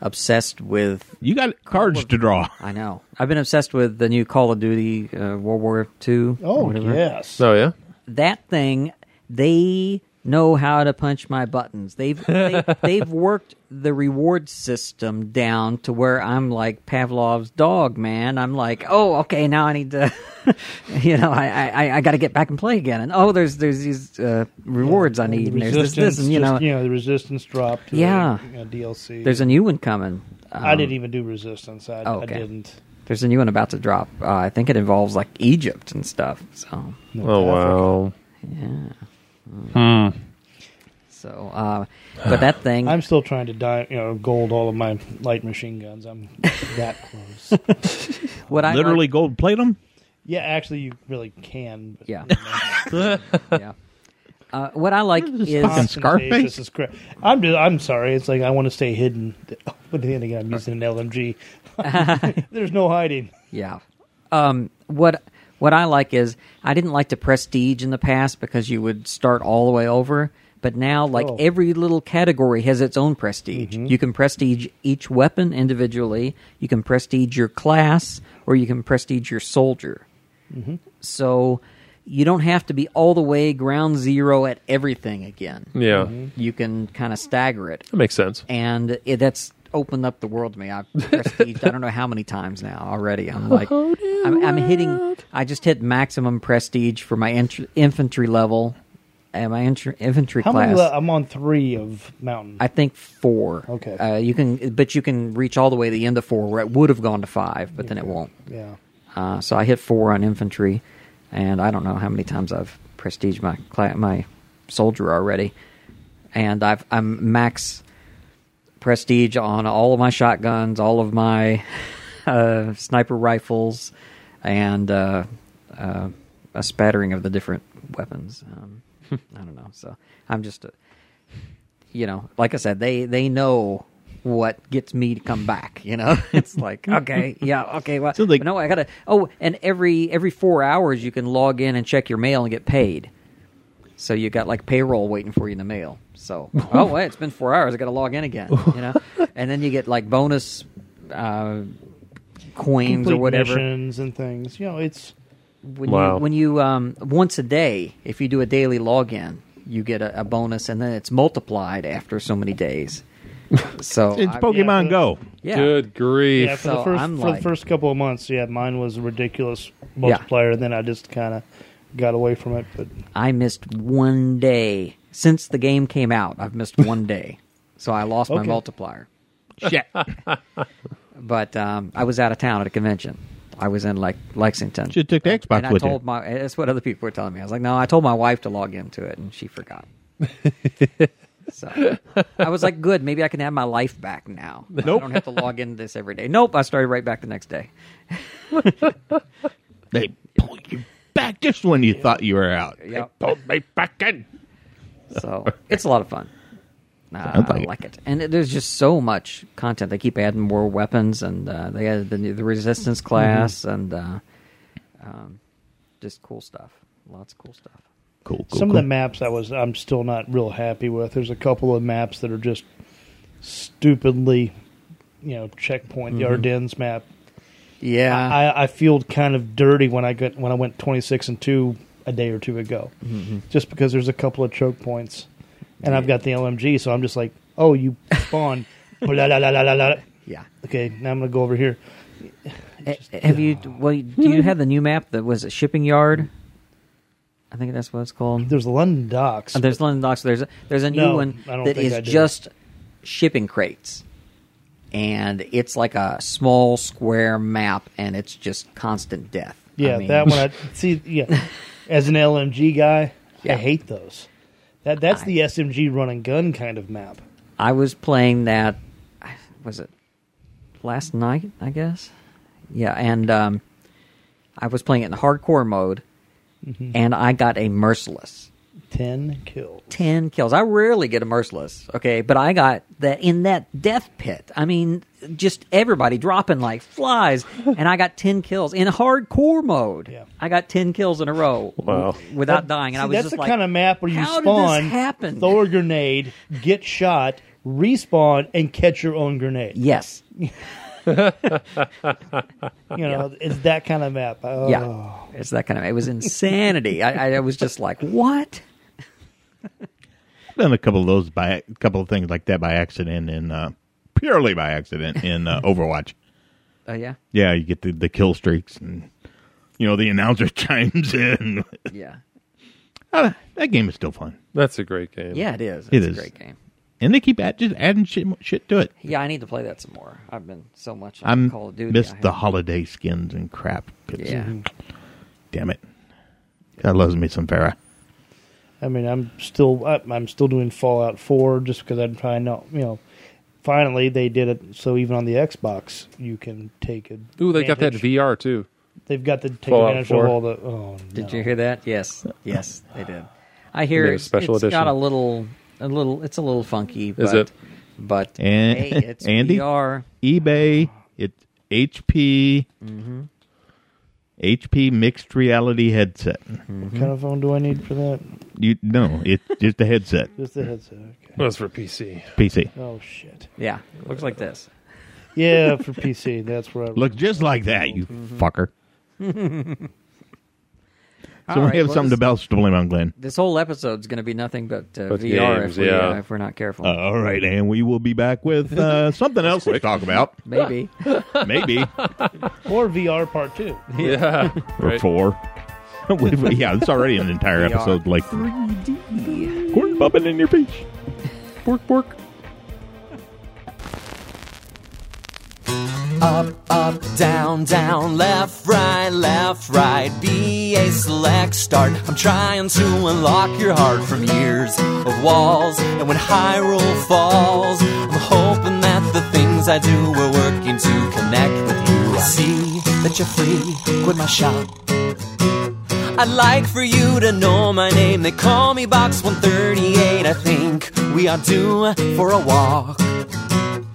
Speaker 3: obsessed with.
Speaker 1: You got cards to draw.
Speaker 3: I know. I've been obsessed with the new Call of Duty uh, World War II. or
Speaker 5: Oh
Speaker 3: whatever.
Speaker 5: yes.
Speaker 4: Oh yeah,
Speaker 3: That thing, they know how to punch my buttons. They've they, they've worked the reward system down to where I'm like Pavlov's dog, man. I'm like, oh, okay, now I need to, you know, I I, I got to get back and play again. And oh, there's there's these uh, rewards I need. And there's this, this, and you know,
Speaker 5: just, you know, the resistance drop. To
Speaker 3: Yeah.
Speaker 5: the, you know, DLC.
Speaker 3: there's a new one coming. Um,
Speaker 5: I didn't even do resistance. I,
Speaker 3: Oh,
Speaker 5: I
Speaker 3: okay.
Speaker 5: didn't.
Speaker 3: There's a new one about to drop. Uh, I think it involves like Egypt and stuff. So
Speaker 4: oh wow,
Speaker 3: so, uh, but that thing,
Speaker 5: I'm still trying to die, you know, gold all of my light machine guns. I'm that close.
Speaker 3: what I
Speaker 1: Literally gold plate them.
Speaker 5: yeah, actually, you really can. But
Speaker 3: Yeah. yeah. Uh, what I like is
Speaker 1: Fucking Scarface?
Speaker 5: This is cra- I'm just, I'm sorry. It's like I want to stay hidden. But then again, I'm using an LMG. There's no hiding.
Speaker 3: yeah. Um, what what I like is I didn't like the prestige in the past because you would start all the way over, but now like
Speaker 5: Oh.
Speaker 3: every little category has its own prestige. You can prestige each weapon individually. You can prestige your class, or you can prestige your soldier. So you don't have to be all the way ground zero at everything again.
Speaker 4: yeah,
Speaker 3: You can kind of stagger it.
Speaker 4: that makes sense.
Speaker 3: and it, that's opened up the world to me. I've prestige. I don't know how many times now already. I'm like,
Speaker 5: Oh,
Speaker 3: I'm, I'm hitting. I just hit maximum prestige for my int- infantry level and my int- infantry
Speaker 5: How
Speaker 3: class.
Speaker 5: many? le- I'm on three of mountain.
Speaker 3: I think four.
Speaker 5: Okay.
Speaker 3: Uh, you can, but you can reach all the way to the end of four, where it would have gone to five, but then it won't.
Speaker 5: yeah.
Speaker 3: Uh, so I hit four on infantry, and I don't know how many times I've prestige my cla- my soldier already, and I've I'm max prestige on all of my shotguns, all of my uh, sniper rifles, and uh, uh, a spattering of the different weapons. Um, I don't know. So I'm just, a, you know, like I said, they they know what gets me to come back. You know, it's like okay, yeah, okay. Well,
Speaker 1: So, like-
Speaker 3: but no, I gotta. Oh, and every every four hours you can log in and check your mail and get paid. So you got like payroll waiting for you in the mail. So oh wait, it's been four hours. I got to log in again. You know, and then you get like bonus uh, coins or
Speaker 5: Complete
Speaker 3: whatever
Speaker 5: missions and things. You know, it's
Speaker 3: when
Speaker 4: Wow.
Speaker 3: you when you um, once a day, if you do a daily login, you get a, a bonus, and then it's multiplied after so many days. So
Speaker 1: It's
Speaker 3: I-
Speaker 1: Pokemon
Speaker 5: yeah,
Speaker 1: Go.
Speaker 3: yeah,
Speaker 4: Good grief.
Speaker 5: yeah. For
Speaker 3: So
Speaker 5: the 1st
Speaker 3: I'm
Speaker 5: for
Speaker 3: like-
Speaker 5: the first couple of months, yeah, mine was a ridiculous multiplayer. Then I just kind of got away from it. But
Speaker 3: I missed one day since the game came out. I've missed one day, so I lost my
Speaker 5: Okay.
Speaker 3: multiplier.
Speaker 1: Shit.
Speaker 3: But um, I was out of town at a convention. I was in like Lexington.
Speaker 1: Should have took the Xbox
Speaker 3: and I
Speaker 1: with you.
Speaker 3: told my that's what other people were telling me. I was like, no, I told my wife to log into it, and she forgot. so I was like, good, maybe I can have my life back now. I don't have to log into this every day. Nope, I started right back the next day.
Speaker 1: They pulled you back just when you thought you were out.
Speaker 3: Yeah.
Speaker 1: They pulled me back in.
Speaker 3: So it's a lot of fun. Uh,
Speaker 1: Sounds
Speaker 3: I
Speaker 1: like it.
Speaker 3: like it, and it- there's just so much content. They keep adding more weapons, and uh, they added the new, the
Speaker 1: Mm-hmm.
Speaker 3: resistance class, and uh, um, just cool stuff. Lots of cool stuff.
Speaker 1: Cool, cool.
Speaker 5: some
Speaker 1: cool.
Speaker 5: of the maps I was I'm still not real happy with. There's a couple of maps that are just stupidly, you know, checkpoint
Speaker 1: Mm-hmm.
Speaker 5: the Ardennes map.
Speaker 3: Yeah,
Speaker 5: I, I feel kind of dirty when I got when I went 26 and two a day or two ago,
Speaker 3: Mm-hmm,
Speaker 5: just because there's a couple of choke points, and I've got the LMG, so I'm just like, oh, you spawn, blah, blah, blah, blah, blah.
Speaker 3: yeah.
Speaker 5: Okay, now I'm gonna go over here.
Speaker 3: Eh, Have you? Well, do you have the new map that was a shipping yard? I think that's what it's called.
Speaker 5: There's London docks.
Speaker 3: Uh, There's London docks. There's a, there's a new
Speaker 5: No,
Speaker 3: one
Speaker 5: I don't
Speaker 3: that
Speaker 5: think
Speaker 3: is
Speaker 5: I do.
Speaker 3: just shipping crates, and it's like a small square map, and it's just constant death. I
Speaker 5: Yeah,
Speaker 3: mean,
Speaker 5: that one. I see. Yeah, as an LMG guy,
Speaker 3: Yeah.
Speaker 5: I hate those. That that's
Speaker 3: I-
Speaker 5: the SMG run and gun kind of map.
Speaker 3: I was playing that. was it last night? I guess. Yeah, and um, I was playing it in hardcore mode,
Speaker 5: Mm-hmm.
Speaker 3: and I got a merciless.
Speaker 5: Ten kills.
Speaker 3: 10 kills. I rarely get a merciless, okay? But I got that in that death pit. I mean, just everybody dropping like flies. and I got 10 kills in hardcore mode.
Speaker 5: Yeah.
Speaker 3: I got 10 kills in a row
Speaker 4: Wow.
Speaker 3: without dying. And I
Speaker 5: See,
Speaker 3: was
Speaker 5: that's
Speaker 3: just
Speaker 5: the
Speaker 3: like,
Speaker 5: kind of map where you
Speaker 3: how
Speaker 5: spawn,
Speaker 3: did this happen?
Speaker 5: throw a grenade, get shot, respawn, and catch your own grenade.
Speaker 3: yes.
Speaker 5: You know, it's that kind of map. Oh,
Speaker 3: Yeah. It's that kind of, it was insanity. I, I, I was just like, what?
Speaker 1: done a couple of those by a couple of things like that by accident in uh, purely by accident in uh, Overwatch.
Speaker 3: Oh, yeah.
Speaker 1: Yeah, you get the, the kill streaks and you know the announcer chimes in.
Speaker 3: Yeah.
Speaker 1: Uh, that game is still fun,
Speaker 4: That's a great game.
Speaker 3: Yeah, it is. It's
Speaker 1: It
Speaker 3: a
Speaker 1: is.
Speaker 3: great game.
Speaker 1: and they keep add, just adding shit, shit to it.
Speaker 3: Yeah, I need to play that some more. I've been so much on
Speaker 1: I'm
Speaker 3: Call of Duty.
Speaker 1: miss
Speaker 3: I
Speaker 1: the
Speaker 3: haven't-
Speaker 1: holiday skins and crap. 'Cause,
Speaker 3: Yeah.
Speaker 5: Mm-hmm.
Speaker 1: damn it, God loves me some Farah.
Speaker 5: I mean, I'm still I- I'm still doing Fallout Four just because I'm trying to you know. Finally, they did it so even on the Xbox you can take it.
Speaker 4: Ooh, they got that VR too.
Speaker 5: They've got to take
Speaker 4: Fallout
Speaker 5: advantage
Speaker 4: 4.
Speaker 5: of all the. Oh,
Speaker 3: Did
Speaker 5: no.
Speaker 3: you hear that? Yes, yes, they did. I hear
Speaker 4: Made a
Speaker 3: it's,
Speaker 4: special
Speaker 3: it's got
Speaker 4: edition.
Speaker 3: a little, a little. It's a little funky. But,
Speaker 4: Is it?
Speaker 3: But
Speaker 1: And-
Speaker 3: hey, it's
Speaker 1: Andy?
Speaker 3: VR.
Speaker 1: eBay, it HP,
Speaker 3: Mm-hmm.
Speaker 1: HP mixed reality headset.
Speaker 5: What kind of phone do I need for that?
Speaker 1: You no, it's just a headset
Speaker 5: Just the headset. Okay.
Speaker 4: That's for PC.
Speaker 1: PC.
Speaker 5: Oh shit.
Speaker 3: Yeah, it looks like this.
Speaker 5: Yeah, for PC. That's where I
Speaker 1: Looks just like that, you fucker.
Speaker 3: All
Speaker 1: So
Speaker 3: right,
Speaker 1: we have
Speaker 3: well,
Speaker 1: something
Speaker 3: this,
Speaker 1: else to blame on Glenn.
Speaker 3: This whole episode's going to be nothing but, uh,
Speaker 4: But
Speaker 3: VR
Speaker 4: games,
Speaker 3: if, we,
Speaker 4: yeah.
Speaker 3: uh, if we're not careful.
Speaker 1: Uh, all right, and we will be back with uh, something else to talk about.
Speaker 3: Maybe.
Speaker 1: Maybe
Speaker 5: Or VR Part Two.
Speaker 4: Yeah.
Speaker 1: or
Speaker 4: Right.
Speaker 1: four. We- yeah, it's already an entire
Speaker 3: VR.
Speaker 1: episode. Like corn bumping in your peach.
Speaker 4: Bork, bork.
Speaker 7: Up, down, down, left, right, left, right. B, A, select, start. I'm trying to unlock your heart from years of walls. And when Hyrule falls, I'm hoping that the things I do are working to connect with you. I see that you're free. Quit my shop. I'd like for you to know my name. They call me Box 138. I think we are due for a walk.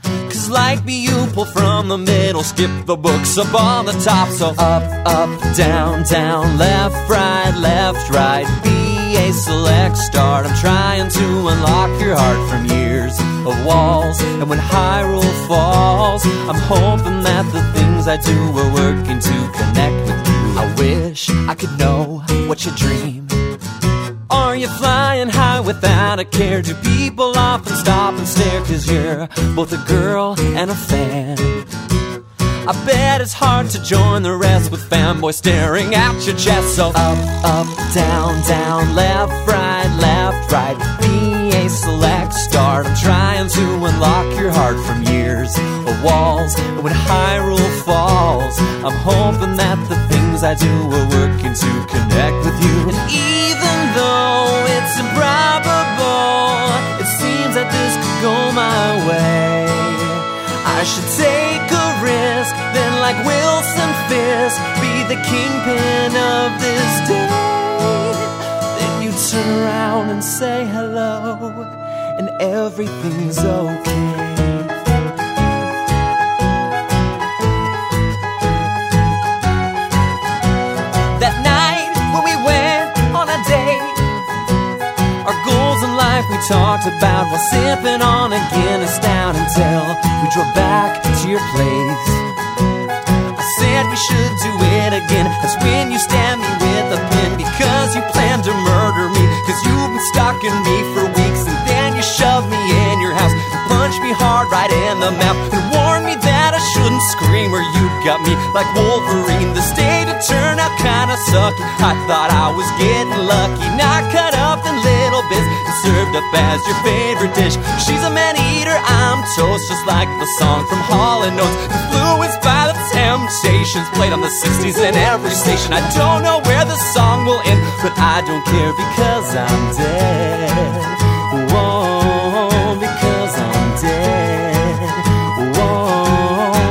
Speaker 7: Cause like me, you pull from the middle, skip the books up on the top. So up, up, down, down, left, right, left, right. Be a select start. I'm trying to unlock your heart from years of walls. And when Hyrule falls, I'm hoping that the things I do are working to connect with you. I wish I could know what you dream. Are you flying high without a care? Do people often stop and stare? Cause you're both a girl and a fan. I bet it's hard to join the rest with fanboys staring at your chest. So up, up, down, down, left, right, left, right. Be a select start. I'm trying to unlock your heart from years of walls. And when Hyrule falls, I'm hoping that the things I do are working to connect with you. And even though it's improbable, it seems that this could go my way. I should take a risk, then like Wilson Fisk, be the kingpin of this day. Then you turn around and say hello, and everything's okay. That night when we went on a date. Our goals in life we talked about while sipping on a Guinness down until we drove back to your place. I said we should do it again. That's when you stabbed me with a pin because you planned to murder me. Cause you've been stalking me for weeks and then you shoved me in your house. You punched me hard right in the mouth and warned me that I shouldn't scream or you'd got me like Wolverine. This day to turn out kinda sucky. I thought I was getting lucky. Not cut up in little bits and served up as your favorite dish. She's a man eater, I'm toast, just like the song from Hall and Oates. Influenced by the temptations, played on the 60s in every station. I don't know where the song will end, but I don't care because I'm dead. Whoa, because I'm dead. Whoa.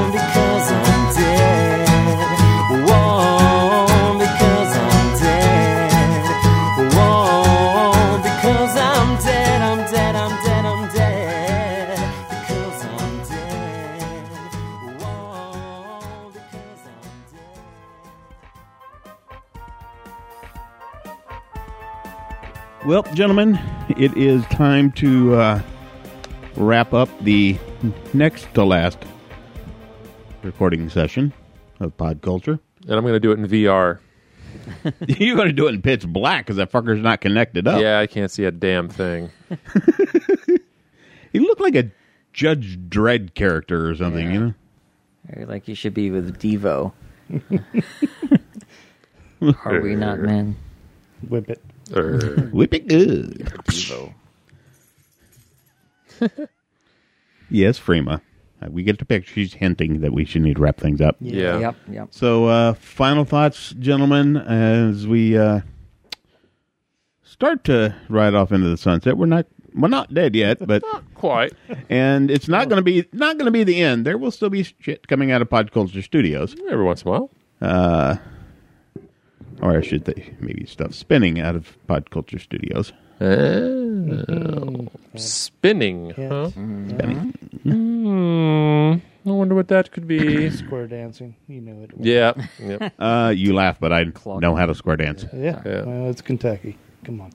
Speaker 1: Well, gentlemen, it is time to uh, wrap up the next to last recording session of Pod Culture.
Speaker 4: And I'm going to do it in VR.
Speaker 1: You're going to do it in pitch black because that fucker's not connected up.
Speaker 4: Yeah, I can't see a damn thing.
Speaker 1: He looked like a Judge Dredd character or something, you know?
Speaker 3: Or Like you should be with Devo. Are we not men?
Speaker 5: Whip it.
Speaker 4: Er,
Speaker 1: Whip it good.
Speaker 3: Devo.
Speaker 1: Yes, Freema. Uh, We get the picture. She's hinting that we should need to wrap things up.
Speaker 4: yeah.
Speaker 3: Yep. Yep.
Speaker 1: So, uh, final thoughts, gentlemen, as we uh, start to ride off into the sunset. We're not we're not dead yet, but
Speaker 4: Quite.
Speaker 1: and it's not going to be not going to be the end. There will still be shit coming out of Pod Culture Studios,
Speaker 4: Every once in a while.
Speaker 1: or I should say, maybe stuff spinning out of Pod Culture Studios.
Speaker 4: Spinning.
Speaker 5: Yeah.
Speaker 4: Huh? Hmm. I wonder what that could be.
Speaker 5: Square dancing. You knew it.
Speaker 4: yeah. Yep.
Speaker 1: Uh, you laugh, but I
Speaker 3: Clog.
Speaker 1: know how to square dance.
Speaker 5: Yeah.
Speaker 4: Yeah.
Speaker 5: Well, it's Kentucky. Come on.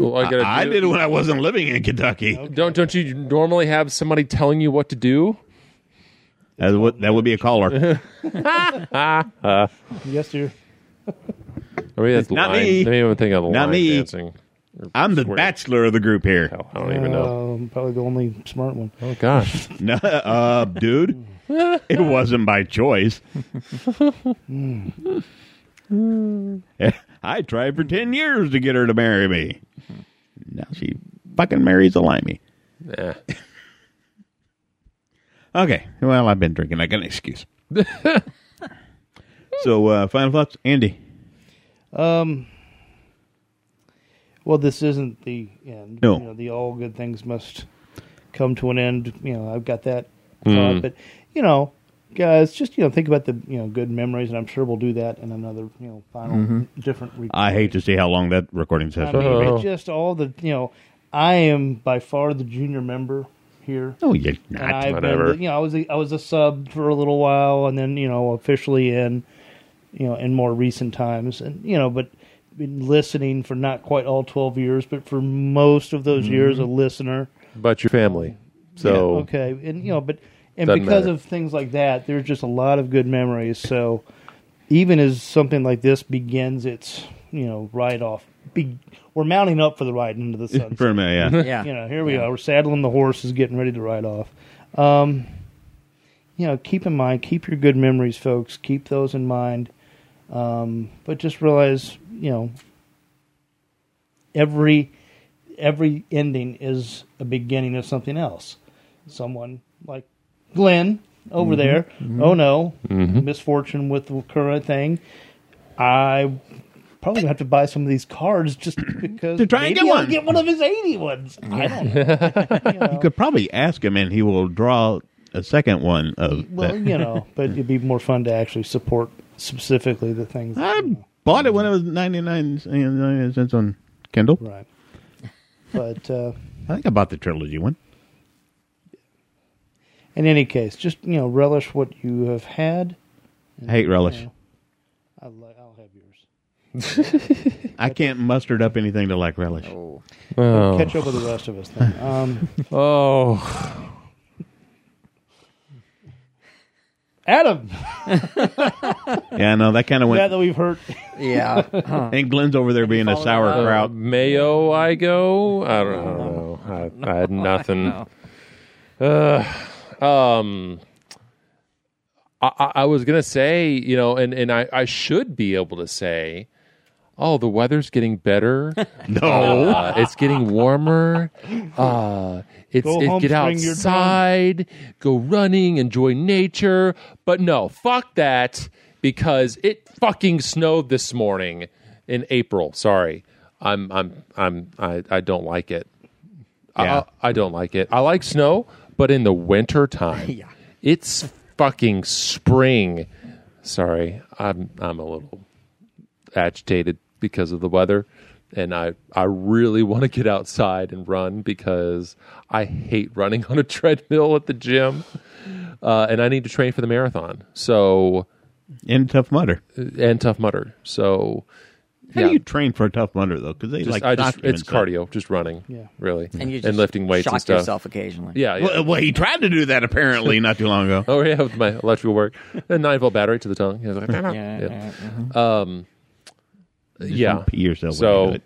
Speaker 4: Well, I, gotta
Speaker 1: I
Speaker 4: do-
Speaker 1: did when I wasn't living in Kentucky.
Speaker 4: Don't don't you normally have somebody telling you what to do?
Speaker 1: That would, that would be a caller.
Speaker 5: Yes, dear.
Speaker 4: I mean, that's
Speaker 1: Not
Speaker 4: line.
Speaker 1: me.
Speaker 4: Maybe I'm thinking of the
Speaker 1: Not
Speaker 4: line
Speaker 1: me.
Speaker 4: dancing.
Speaker 1: I'm the
Speaker 4: Square. Oh.
Speaker 1: bachelor of the group here.
Speaker 4: Hell, I don't even
Speaker 1: Uh,
Speaker 4: know.
Speaker 5: Um, probably the only smart one.
Speaker 4: Oh gosh.
Speaker 1: No, uh, dude, it wasn't by choice. I tried for 10 years to get her to marry me. Now she fucking marries a limey.
Speaker 4: Nah.
Speaker 1: Okay, well, I've been drinking. I got an excuse. so, uh, final thoughts, Andy.
Speaker 5: Um. Well, this isn't the end.
Speaker 1: No.
Speaker 5: You know, the all good things must come to an end. You know, I've got that
Speaker 1: Mm-hmm.
Speaker 5: thought, but you know, guys, just you know, think about the you know good memories, and I'm sure we'll do that in another you know final different. Recording.
Speaker 1: Mm-hmm. I hate to see how long that recording
Speaker 5: I
Speaker 1: session
Speaker 5: mean,
Speaker 1: will
Speaker 5: it's just all the you know, I am by far the junior member here.
Speaker 1: be. Oh, you're
Speaker 5: and
Speaker 1: not.
Speaker 5: I've
Speaker 4: whatever.
Speaker 5: been, you know, I was a, I was a sub for a little while, and then you know, officially in, you know, in more recent times, and you know, but been listening for not quite all twelve years, but for most of
Speaker 4: Mm-hmm.
Speaker 5: those years, a listener.
Speaker 4: But your family. So
Speaker 5: Okay, and you know, but and
Speaker 4: Oh. Doesn't
Speaker 5: because
Speaker 4: matter.
Speaker 5: of things like that, there's just a lot of good memories. So even as something like this begins its, you know, ride off, be, we're mounting up for the ride into the sunset
Speaker 1: For a minute, yeah.
Speaker 3: Yeah.
Speaker 5: you know, here we are. We're saddling the horses, getting ready to ride off. Um, you know, keep in mind, keep your good memories, folks. Keep those in mind. Um, but just realize, you know, every every ending is a beginning of something else. Someone like Glenn over
Speaker 1: Mm-hmm.
Speaker 5: there. Oh no, misfortune with the current thing. I probably gonna have to buy some of these cards just because
Speaker 1: To try and
Speaker 5: maybe
Speaker 1: get
Speaker 5: I'll
Speaker 1: one.
Speaker 5: get one of his eighty ones. I don't know.
Speaker 1: You could probably ask him, and he will draw a second one of
Speaker 5: Well,
Speaker 1: that.
Speaker 5: you know, but it'd be more fun to actually support specifically the things. That,
Speaker 1: I
Speaker 5: you know,
Speaker 1: bought it when it was 99 cents- 99 cents on Kindle.
Speaker 5: right. But uh,
Speaker 1: I think I bought the trilogy one.
Speaker 5: in any case, just you know, relish what you have had.
Speaker 1: I hate relish.
Speaker 5: I li- I'll have yours.
Speaker 1: I can't muster up anything to like relish.
Speaker 3: Oh.
Speaker 4: Oh.
Speaker 5: Catch up with the rest of us then. Um,
Speaker 4: Oh.
Speaker 5: Adam,
Speaker 1: Yeah, no, that kind of
Speaker 5: now
Speaker 1: went.
Speaker 5: that we've heard,
Speaker 3: Yeah.
Speaker 1: and Glenn's over there being a
Speaker 4: Uh,
Speaker 1: sauerkraut.
Speaker 4: mayo I go. I don't, I don't know. I, I had nothing. Uh, um I, I- I was gonna say, you know, and, and I, I should be able to say, oh, the weather's getting better.
Speaker 1: No.
Speaker 4: Uh, it's getting warmer. Uh, it's
Speaker 5: Go
Speaker 4: it,
Speaker 5: home,
Speaker 4: get
Speaker 5: swing your drum.
Speaker 4: outside, go running, enjoy nature. But no, fuck that because it fucking snowed this morning in April. Sorry, I'm I'm I'm I, I don't like it.
Speaker 1: Yeah.
Speaker 4: I, I don't like it. I like snow, but in the winter time,
Speaker 3: Yeah.
Speaker 4: it's fucking spring. Sorry, I'm I'm a little agitated because of the weather and I, I really want to get outside and run because I hate running on a treadmill at the gym uh, and I need to train for the marathon so
Speaker 1: and tough mutter.
Speaker 4: and tough mutter so
Speaker 1: How
Speaker 4: Yeah.
Speaker 1: do you train for a tough munder though? Because they
Speaker 4: Just,
Speaker 1: like
Speaker 4: I just,
Speaker 1: document
Speaker 4: it's
Speaker 1: stuff.
Speaker 4: cardio, just running,
Speaker 5: Yeah.
Speaker 4: really,
Speaker 3: and you just
Speaker 4: lifting weights
Speaker 3: shock
Speaker 4: and stuff.
Speaker 3: yourself occasionally.
Speaker 4: Yeah, yeah.
Speaker 1: Well, well, he tried to do that apparently not too long ago.
Speaker 4: oh yeah, with my electrical work, a nine volt battery to the tongue. Yeah, like,
Speaker 3: Yeah, yeah, mhm.
Speaker 4: Um,
Speaker 1: Just
Speaker 4: yeah.
Speaker 1: don't pee yourself. when
Speaker 4: So-
Speaker 1: you do it.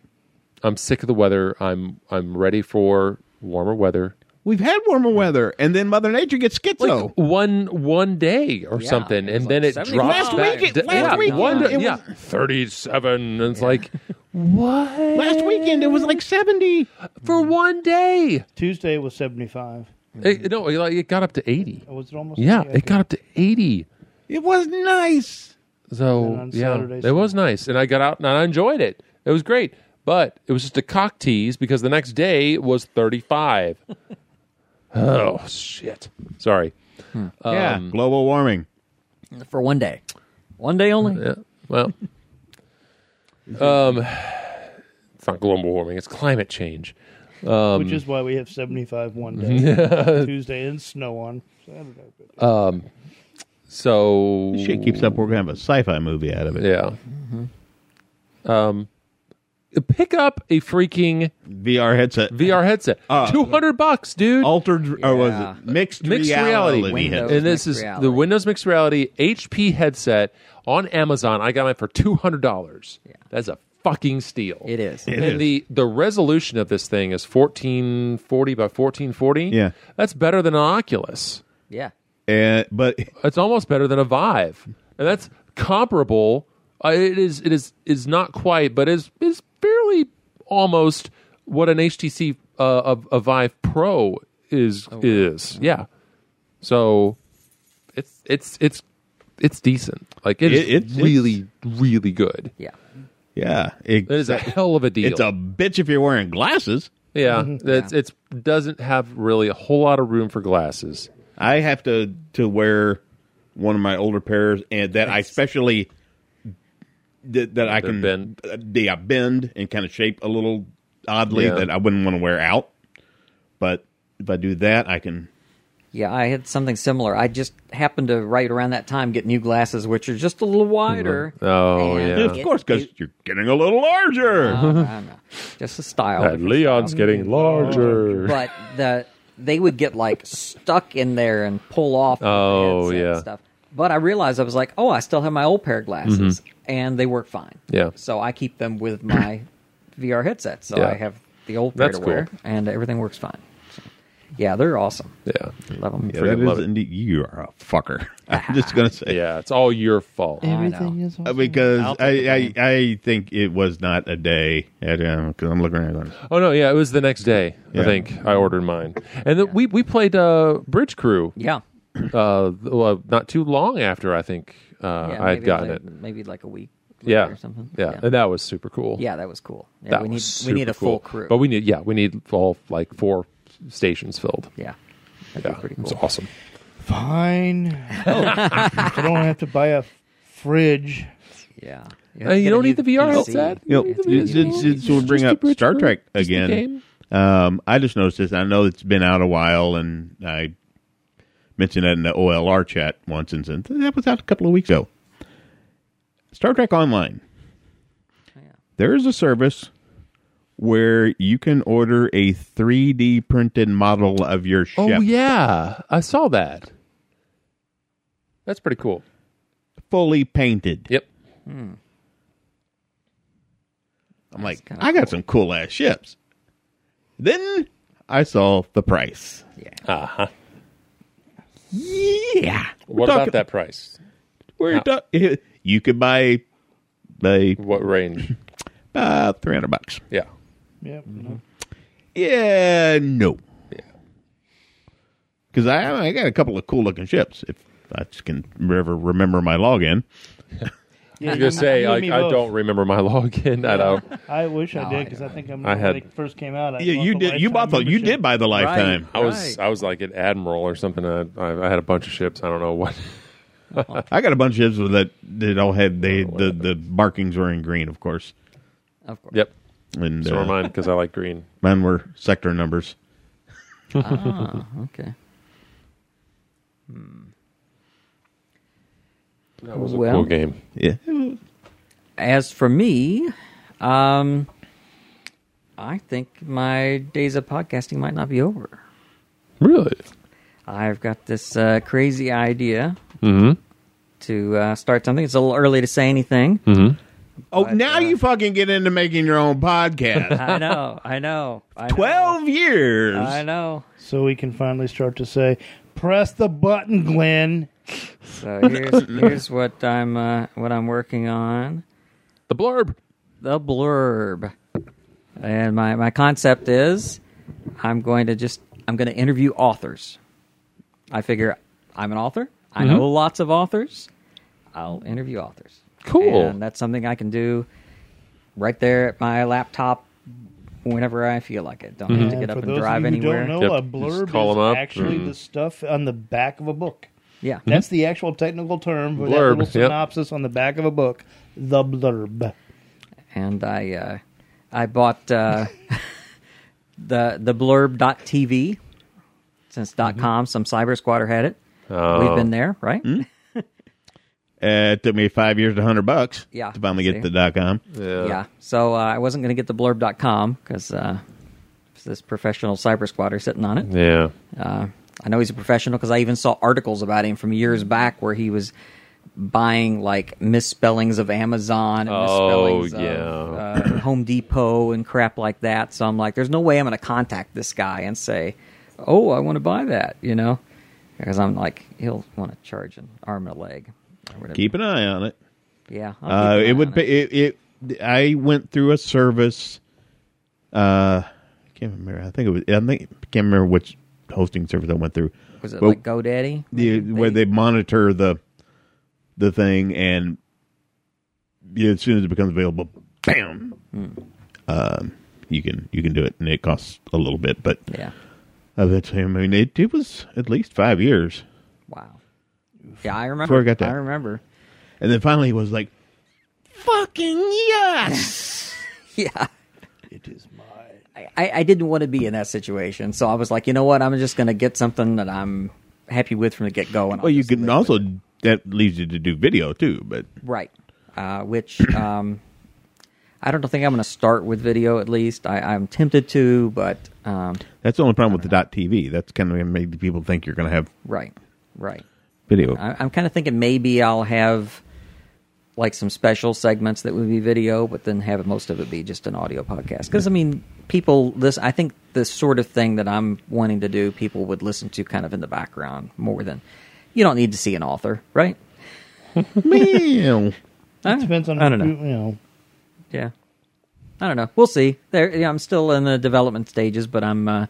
Speaker 4: I'm sick of the weather. I'm I'm ready for warmer weather.
Speaker 1: we've had warmer weather, and then Mother Nature gets schizo.
Speaker 4: Like one one day or
Speaker 3: Yeah,
Speaker 4: something,
Speaker 3: it was
Speaker 4: and
Speaker 3: like
Speaker 4: then it
Speaker 3: 70
Speaker 4: drops
Speaker 1: Last
Speaker 4: back.
Speaker 1: week it-
Speaker 4: d-
Speaker 1: last
Speaker 4: yeah,
Speaker 1: week
Speaker 4: one
Speaker 1: it
Speaker 4: day-
Speaker 1: was-
Speaker 4: yeah, thirty seven. And it's like what
Speaker 1: Last weekend it was like seventy.
Speaker 4: for one day.
Speaker 5: Tuesday was 75.
Speaker 1: Mm-hmm.
Speaker 4: It, no, it, like, it got up to eighty.
Speaker 5: Oh, Was it almost?
Speaker 4: Yeah,
Speaker 5: 80?
Speaker 4: it got up to eighty.
Speaker 1: It was nice.
Speaker 4: So
Speaker 5: And on
Speaker 4: yeah,
Speaker 5: Saturday,
Speaker 4: it was nice, and I got out and I enjoyed it. It was great, but it was just a cock tease because the next day was thirty-five. oh shit! Sorry.
Speaker 1: Hmm.
Speaker 4: Um,
Speaker 1: yeah, global warming.
Speaker 3: for one day, one day only.
Speaker 4: Yeah. Well, um, it's not global warming; it's climate change.
Speaker 5: which is why we have 75 one day, Tuesday, and snow on Saturday. But
Speaker 4: So
Speaker 1: This shit keeps up. We're gonna have a sci-fi movie out of it.
Speaker 4: Yeah.
Speaker 1: Mm-hmm.
Speaker 4: Um, pick up a freaking
Speaker 1: VR headset,
Speaker 4: VR headset.
Speaker 1: Uh, Oh,
Speaker 4: Two hundred bucks, dude.
Speaker 1: altered or was
Speaker 3: Yeah.
Speaker 1: it mixed,
Speaker 4: Mixed reality.
Speaker 3: Windows.
Speaker 1: headset.
Speaker 4: and this
Speaker 3: mixed
Speaker 4: is
Speaker 3: reality.
Speaker 4: the Windows Mixed Reality HP headset on Amazon. I got mine for two hundred dollars. That's a fucking steal.
Speaker 3: It is.
Speaker 1: It
Speaker 4: and
Speaker 1: is.
Speaker 4: the the resolution of this thing is fourteen forty by fourteen forty.
Speaker 1: Yeah.
Speaker 4: that's better than an Oculus.
Speaker 3: Yeah.
Speaker 1: And- but
Speaker 4: It's almost better than a Vive, and that's comparable. Uh, it is it is is not quite, but is is fairly almost what an HTC uh, a, a Vive Pro is is. Yeah, so it's it's it's it's decent. Like it is
Speaker 1: It- it's-
Speaker 4: really really good.
Speaker 3: Yeah.
Speaker 1: yeah, it,
Speaker 4: It is a hell of a deal.
Speaker 1: it's a bitch if you're wearing glasses.
Speaker 4: yeah. It's it's doesn't have really a whole lot of room for glasses.
Speaker 1: I have to to wear one of my older pairs, and that I specially that, that I
Speaker 4: They're
Speaker 1: can
Speaker 4: bend.
Speaker 1: uh, yeah bend and kind of shape a little oddly
Speaker 4: Yeah.
Speaker 1: that I wouldn't want to wear out. But if I do that, I can.
Speaker 3: Yeah, I had something similar. I just happened to right around that time get new glasses, which are just a little wider. Uh,
Speaker 4: Oh,
Speaker 3: And
Speaker 4: yeah.
Speaker 1: Of
Speaker 3: it-
Speaker 1: course, because you're getting a little larger.
Speaker 3: no, no, no. just a style.
Speaker 4: Leon's getting larger.
Speaker 3: but the they would get like stuck in there and pull off. with the
Speaker 4: Oh,
Speaker 3: headset and
Speaker 4: yeah.
Speaker 3: stuff. But I realized I was like, oh, I still have my old pair of glasses, and they work fine.
Speaker 4: Mm-hmm. Yeah.
Speaker 3: So I keep them with my VR headset, so
Speaker 4: Yeah.
Speaker 3: I have the old pair
Speaker 4: That's
Speaker 3: to wear,
Speaker 4: cool.
Speaker 3: and everything works fine. So, yeah, they're awesome.
Speaker 4: Yeah.
Speaker 3: Love them.
Speaker 1: Yeah, that
Speaker 4: Freaking love
Speaker 1: is
Speaker 4: it.
Speaker 1: indeed. You are a fucker. I'm just gonna say,
Speaker 4: Yeah, it's all your fault.
Speaker 3: Everything is
Speaker 1: Uh, because
Speaker 5: I'll take
Speaker 1: I, I I think it was not a day. Because I'm looking at it.
Speaker 4: Oh no, yeah, it was the next day. I
Speaker 1: Yeah.
Speaker 4: think I ordered mine, and then we we played uh, Bridge Crew.
Speaker 3: yeah.
Speaker 4: Uh, well, not too long after I think uh,
Speaker 3: yeah
Speaker 4: I
Speaker 3: maybe
Speaker 4: had gotten
Speaker 3: like,
Speaker 4: it.
Speaker 3: maybe like a week. later
Speaker 4: Yeah,
Speaker 3: or something.
Speaker 4: yeah,
Speaker 3: yeah,
Speaker 4: and that was super cool.
Speaker 3: Yeah, that was cool. Yeah,
Speaker 4: that
Speaker 3: we need
Speaker 4: was super
Speaker 3: we need a
Speaker 4: cool.
Speaker 3: full crew.
Speaker 4: But we need yeah, we need all like four stations filled.
Speaker 3: yeah, that'd
Speaker 4: Yeah,
Speaker 3: be pretty
Speaker 4: it's
Speaker 3: cool.
Speaker 4: awesome.
Speaker 5: fine. I don't have to buy a fridge.
Speaker 3: Yeah,
Speaker 4: Hey, Uh, you don't need the VR headset.
Speaker 1: You know,
Speaker 3: It's
Speaker 1: you-
Speaker 3: easy.
Speaker 1: since- since we're bringing
Speaker 4: just a
Speaker 1: up
Speaker 4: bridge
Speaker 1: Star
Speaker 4: crew.
Speaker 1: Trek
Speaker 4: Just the
Speaker 1: again.
Speaker 4: game.
Speaker 1: Um, I just noticed this. I know it's been out a while, and I mentioned that in the OLR chat once, and said that was out a couple of weeks ago. Star Trek Online.
Speaker 4: Oh,
Speaker 1: There is a service where you can order a 3D printed model of your ship.
Speaker 4: Oh yeah, I saw that. That's pretty cool.
Speaker 1: fully painted.
Speaker 4: Yep.
Speaker 1: I'm like,
Speaker 3: kinda
Speaker 1: I got some cool ass ships. Then I saw the price.
Speaker 4: Uh huh.
Speaker 1: Yeah.
Speaker 4: What about that price?
Speaker 1: We're talking. You could buy, buy
Speaker 4: What range?
Speaker 1: uh, three hundred bucks.
Speaker 4: Yeah.
Speaker 5: Yep.
Speaker 1: Yeah, no. Because I, I got a couple of cool looking ships. If I just can ever remember my login.
Speaker 5: Yeah,
Speaker 4: I'm gonna say
Speaker 5: you and
Speaker 4: like,
Speaker 5: me
Speaker 4: I
Speaker 5: both.
Speaker 4: don't remember my login. I don't.
Speaker 5: I wish I
Speaker 3: No, I
Speaker 5: did because I, think I'm,
Speaker 4: I had-
Speaker 5: when it first came out. I
Speaker 1: Yeah,
Speaker 5: bought
Speaker 1: you
Speaker 5: the
Speaker 1: did. You
Speaker 5: lifetime
Speaker 1: bought the. You
Speaker 5: membership.
Speaker 1: did buy the lifetime.
Speaker 4: I was
Speaker 3: Right.
Speaker 4: I was like an admiral or something. I, I, I had a bunch of ships. I don't know what.
Speaker 1: I got a bunch of ships that that all had they the the markings were in green, of course.
Speaker 3: Of course.
Speaker 4: Yep,
Speaker 1: And
Speaker 4: so were
Speaker 1: uh,
Speaker 4: mine because I like green.
Speaker 1: mine were sector numbers.
Speaker 3: Okay. Hmm.
Speaker 4: That was a
Speaker 3: Well-
Speaker 4: cool game.
Speaker 1: Yeah.
Speaker 3: As for me, Um, I think my days of podcasting might not be over.
Speaker 4: Really?
Speaker 3: I've got this uh, crazy idea
Speaker 4: Mm
Speaker 3: to uh, start something. It's a little early to say anything.
Speaker 4: hmm. Mm
Speaker 1: Oh, now you fucking get into making your own podcast.
Speaker 3: I know. I know. I know,
Speaker 1: Twelve years.
Speaker 3: I know.
Speaker 5: So we can finally start to say, press the button, Glenn.
Speaker 3: So here's here's what I'm uh, what I'm working on.
Speaker 4: hmm. The blurb.
Speaker 3: the blurb. And my, my concept is I'm going to just I'm going to interview authors. I figure I'm an author. I
Speaker 4: Mm-hmm.
Speaker 3: know lots of authors. I'll interview authors.
Speaker 4: Cool.
Speaker 3: And that's something I can do right there at my laptop whenever I feel like it. Don't
Speaker 4: Mm-hmm.
Speaker 3: have to
Speaker 5: And
Speaker 3: get up
Speaker 5: for
Speaker 3: and
Speaker 5: those
Speaker 3: drive
Speaker 5: of you
Speaker 3: anywhere.
Speaker 5: who don't
Speaker 4: Yep.
Speaker 5: know, a
Speaker 4: Just
Speaker 5: blurb
Speaker 4: call
Speaker 5: is
Speaker 4: 'em up
Speaker 5: actually
Speaker 4: and-
Speaker 5: the stuff on the back of a book.
Speaker 3: Yeah.
Speaker 5: That's the actual technical term for
Speaker 4: Mm-hmm.
Speaker 5: that
Speaker 4: Blurb,
Speaker 5: little
Speaker 4: yep.
Speaker 5: synopsis on the back of a book. The blurb.
Speaker 3: and I uh, I bought uh, the the blurb.tv since dot com some cyber squatter had it. We've been there, right?
Speaker 1: Uh, it took me five years to hundred bucks.
Speaker 3: Yeah.
Speaker 1: To finally get
Speaker 3: See?
Speaker 1: the dot com.
Speaker 4: Yeah.
Speaker 3: Yeah. So uh, I wasn't going to get the blurb.com because uh, it's this professional cyber squatter sitting on it.
Speaker 4: Yeah.
Speaker 3: Uh, I know he's a professional because I even saw articles about him from years back where he was buying like misspellings of Amazon and
Speaker 4: Oh,
Speaker 3: misspellings
Speaker 4: yeah.
Speaker 3: of uh, Home Depot and crap like that. So I'm like, there's no way I'm going to contact this guy and say, oh, I want to buy that, you know? Because I'm like, he'll want to charge an arm and a leg. or whatever.
Speaker 1: Keep an eye on it.
Speaker 3: yeah,
Speaker 1: Uh,
Speaker 3: I'll keep an eye
Speaker 1: it would
Speaker 3: on
Speaker 1: be it, it. I went through a service. Uh, I can't remember. I think it was. I think can't remember which hosting service I went through.
Speaker 3: Was it
Speaker 1: But
Speaker 3: like GoDaddy?
Speaker 1: the, where they monitor the the thing and yeah, as soon as it becomes available, bam,
Speaker 3: Hmm.
Speaker 1: um, you can you can do it, and it costs a little bit, but
Speaker 3: Yeah.
Speaker 1: eventually, I mean, it, it was at least five years,
Speaker 3: Wow. Yeah, I remember.
Speaker 1: Before I got that.
Speaker 3: remember.
Speaker 1: and then finally it was like, fucking yes,
Speaker 3: Yeah.
Speaker 5: It is mine.
Speaker 3: I, I I didn't want to be in that situation, so I was like, you know what? I'm just going to get something that I'm happy with from the get go.
Speaker 1: well, you can also that leads you to do video too, but
Speaker 3: right, uh, which um, I don't think I'm going to start with video. At least I, I'm tempted to, but um,
Speaker 1: that's the only problem with the
Speaker 3: Uh-huh.
Speaker 1: dot TV. That's kind of gonna make the people think you're going to have
Speaker 3: right, right.
Speaker 1: video.
Speaker 3: I, I'm kind of thinking maybe I'll have like some special segments that would be video, but then have most of it be just an audio podcast. Because I mean, people this I think the sort of thing that I'm wanting to do, people would listen to kind of in the background more than you don't need to see an author, right?
Speaker 1: Meow.
Speaker 5: It depends on
Speaker 3: I don't know.
Speaker 5: who- you know.
Speaker 3: Yeah, I don't know. We'll see. There, yeah, I'm still in the development stages, but I'm uh,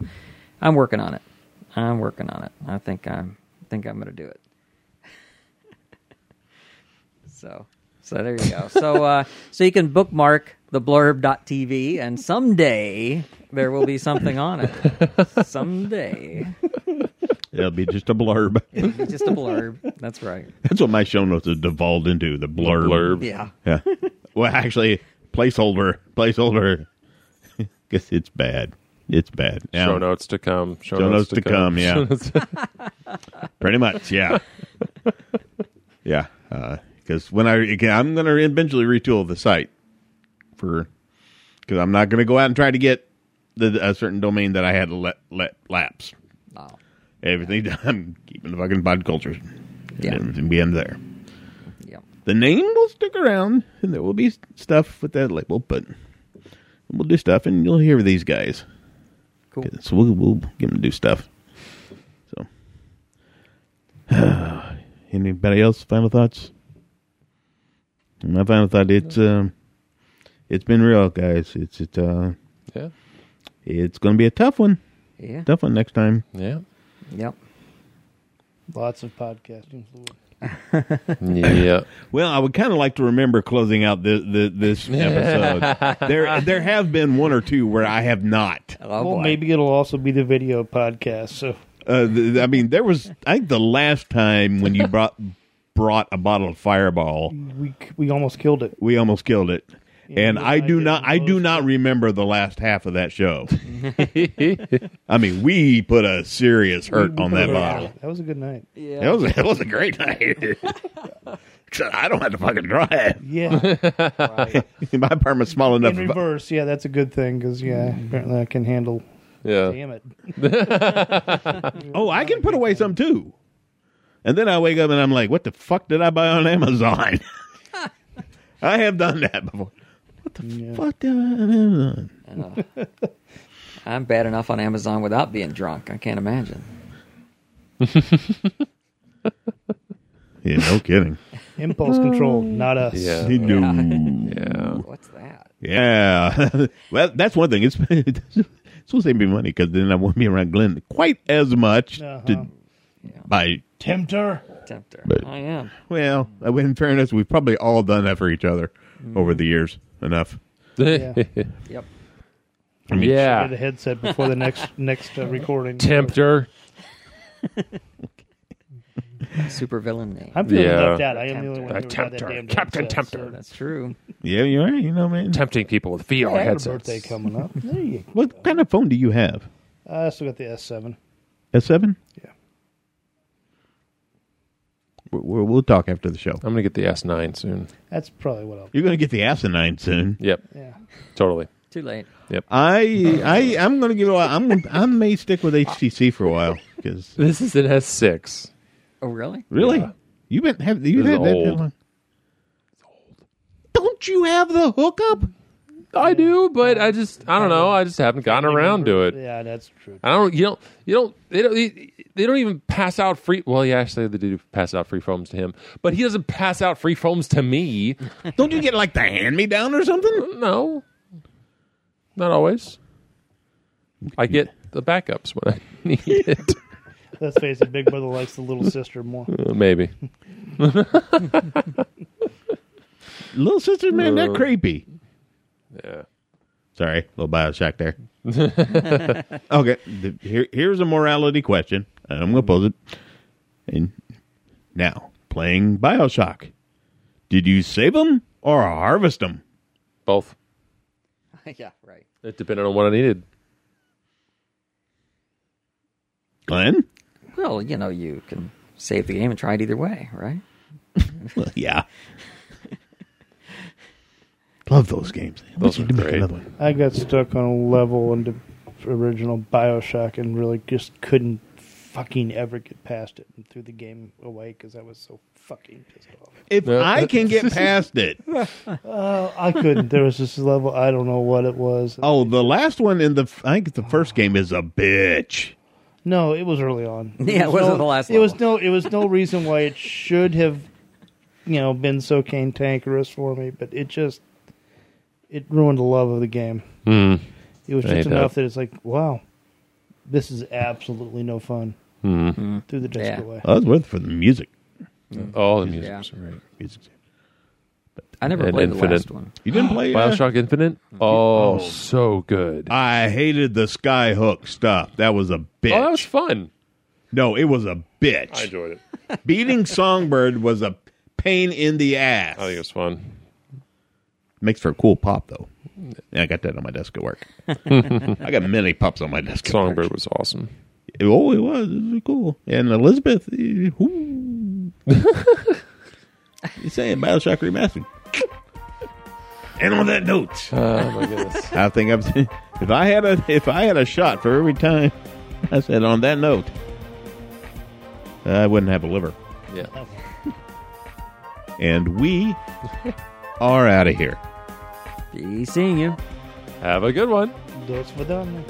Speaker 3: I'm working on it. I'm working on it. I think I'm I think I'm going to do it. so so there you go. So uh, so you can bookmark the blurb.tv and someday there will be something on it. Someday.
Speaker 1: It'll be just a blurb.
Speaker 3: Just a blurb. That's right.
Speaker 1: That's what my show notes have devolved into the blurb.
Speaker 4: Blurb.
Speaker 3: Yeah.
Speaker 1: Yeah. well, actually, placeholder, placeholder. Guess it's bad. It's bad. Now,
Speaker 4: Show notes to come. Show,
Speaker 1: Show notes to come. Yeah. Pretty much. Yeah. yeah. Because when I again, I'm going to eventually retool the site for because I'm not going to go out and try to get the, a certain domain that I had let let lapse.
Speaker 3: Oh.
Speaker 1: Everything I'm keeping the fucking pod culture.
Speaker 3: Yeah.
Speaker 1: Everything be in there.
Speaker 3: Yeah.
Speaker 1: The name will stick around, and there will be stuff with that label, but we'll do stuff, and you'll hear these guys.
Speaker 3: Cool.
Speaker 1: So we'll, we'll get them to do stuff. So, anybody else? Final thoughts? My final thought: it's um, it's been real, guys. It's it uh,
Speaker 4: Yeah.
Speaker 1: it's going to be a tough one,
Speaker 3: Yeah.
Speaker 1: tough one next time.
Speaker 4: Yeah.
Speaker 3: Yep.
Speaker 5: Lots of podcasting fluid.
Speaker 4: Yeah.
Speaker 1: Well, I would kind of like to remember closing out the, the this episode. there there have been one or two where I have not.
Speaker 3: Oh,
Speaker 5: well,
Speaker 3: boy.
Speaker 5: maybe it'll also be the video podcast. So
Speaker 1: Uh, th- I mean, there was. I think the last time when you brought brought a bottle of Fireball,
Speaker 5: we we almost killed it.
Speaker 1: we almost killed it. and
Speaker 5: you
Speaker 1: I
Speaker 5: and I
Speaker 1: do
Speaker 5: did
Speaker 1: not, I do
Speaker 5: most
Speaker 1: not remember the last half of that show. I mean, we put a serious hurt on that
Speaker 5: Yeah,
Speaker 1: bottle.
Speaker 5: That was a good night.
Speaker 1: That was that was a great night. I don't have to fucking drive.
Speaker 5: Yeah,
Speaker 1: My apartment's small enough.
Speaker 5: in reverse. Yeah, that's a good thing because yeah, apparently I can handle.
Speaker 4: Mm-hmm. Yeah.
Speaker 5: Damn it!
Speaker 1: Oh, I can put away some too. And then I wake up and I'm like, what the fuck did I buy on Amazon? I have done that before. What the fuck did I buy on Amazon?
Speaker 3: I'm bad enough on Amazon without being drunk. I can't imagine.
Speaker 1: Yeah, no kidding.
Speaker 5: Impulse control, not us.
Speaker 4: Mm. Oh, Yeah.
Speaker 1: He do.
Speaker 4: Yeah.
Speaker 3: What's that?
Speaker 1: Yeah. well, that's one thing. It's, it's supposed to save me money because then I won't be around Glenn quite as much
Speaker 5: Uh-huh.
Speaker 1: to buy.
Speaker 5: Tempter.
Speaker 3: Tempter. I am.
Speaker 1: Well, uh, in fairness, we've probably all done that for each other over the years enough.
Speaker 4: Yeah.
Speaker 3: Yep.
Speaker 1: I mean,
Speaker 5: Get a headset before the next next uh, recording.
Speaker 4: Tempter.
Speaker 3: Super villain name.
Speaker 5: I'm feeling
Speaker 4: Yeah.
Speaker 5: left out. I am the only one
Speaker 4: Uh,
Speaker 5: who got that
Speaker 4: Tempter.
Speaker 5: damn
Speaker 4: Captain
Speaker 5: headset,
Speaker 4: Tempter.
Speaker 5: so-
Speaker 3: That's true.
Speaker 1: Yeah, you're right. You know, man.
Speaker 4: Tempting people with VR
Speaker 5: I have a
Speaker 4: headsets.
Speaker 5: birthday coming up. There you go.
Speaker 1: What kind of phone do you have?
Speaker 5: I still got the S7.
Speaker 1: S seven.
Speaker 5: Yeah.
Speaker 1: We'll, we'll talk after the show.
Speaker 4: I'm going to get the S9 soon.
Speaker 5: That's probably what I'll.
Speaker 1: You're going to get the asinine soon.
Speaker 4: Yep.
Speaker 5: Yeah.
Speaker 4: Totally.
Speaker 3: Too late.
Speaker 1: I I I'm going to give. a while. I'm I may stick with HTC for a while because
Speaker 4: This is an S6.
Speaker 3: Oh, really?
Speaker 1: really
Speaker 4: Yeah.
Speaker 1: you've been have you
Speaker 4: This is
Speaker 1: had that
Speaker 4: old.
Speaker 1: long? Don't you have the hookup?
Speaker 4: I do, but I just I don't know. I just haven't gotten around to it.
Speaker 5: Yeah, that's true.
Speaker 4: I don't. You don't. You don't. They don't. They, they don't even pass out free. Well, yeah, actually, they do pass out free foams to him, but he doesn't pass out free foams to me.
Speaker 1: Don't you get like the hand me down or something?
Speaker 4: No, not always. I get the backups when I need it.
Speaker 5: Let's face it, Big Brother likes the little sister more.
Speaker 4: Uh, Maybe.
Speaker 1: Little sister, man, that creepy.
Speaker 4: Yeah.
Speaker 1: Sorry, little Bioshock there. okay, the, here, here's a morality question, and I'm going to pose it. And now, playing Bioshock, did you save them or harvest them?
Speaker 4: Both.
Speaker 3: yeah, right.
Speaker 4: It depended on what I needed.
Speaker 1: Glenn?
Speaker 3: Well, you know, you can save the game and try it either way, right?
Speaker 1: Well, yeah. Love those games. I
Speaker 4: Those
Speaker 1: wish
Speaker 4: are
Speaker 1: they'd make
Speaker 4: great.
Speaker 1: another one.
Speaker 5: I got stuck on a level in the original Bioshock and really just couldn't fucking ever get past it and threw the game away because I was so fucking pissed off.
Speaker 1: If
Speaker 4: No.
Speaker 1: I can get past it.
Speaker 5: Oh, I couldn't. There was this level, I don't know what it was.
Speaker 1: Oh, the last one in the, I think the first game is a bitch.
Speaker 5: No, it was early on.
Speaker 3: Yeah, it
Speaker 5: was
Speaker 3: wasn't
Speaker 5: no-
Speaker 3: the last
Speaker 5: It was
Speaker 3: level.
Speaker 5: no. It was no reason why it should have, you know, been so cantankerous for me. But it just, it ruined the love of the game.
Speaker 4: Hmm.
Speaker 5: It was
Speaker 4: I hate
Speaker 5: just enough
Speaker 4: that.
Speaker 5: that. it's like, wow, this is absolutely no fun. Threw the disc
Speaker 3: Hmm. Yeah.
Speaker 5: away.
Speaker 1: Oh, that's worth it for the music.
Speaker 4: All the music.
Speaker 3: Yeah.
Speaker 1: Music's-
Speaker 3: I never
Speaker 4: And
Speaker 3: played
Speaker 4: Infinite.
Speaker 3: the last one.
Speaker 1: You didn't play uh,
Speaker 4: Bioshock Infinite. Oh, so good.
Speaker 1: I hated the Skyhook stuff. That was a bitch.
Speaker 4: Oh, that was fun.
Speaker 1: no, it was a bitch.
Speaker 4: enjoyed it.
Speaker 1: Beating Songbird was a pain in the ass.
Speaker 4: I think it was fun.
Speaker 1: Makes for a cool pop though. Yeah, I got that on my desk at work. I got many pops on my desk. at work.
Speaker 4: Songbird was awesome.
Speaker 1: Oh, it was. It was cool. And Elizabeth, eh, whoo. you saying Bioshock Remastered? And on that note,
Speaker 4: Oh my goodness.
Speaker 1: I think I'm. If I had a if I had a shot for every time I said on that note, I wouldn't have a liver.
Speaker 4: yeah.
Speaker 1: And we are out of here.
Speaker 3: Be seeing you.
Speaker 4: Have a good one.
Speaker 3: Uh,
Speaker 5: Dos Vedana.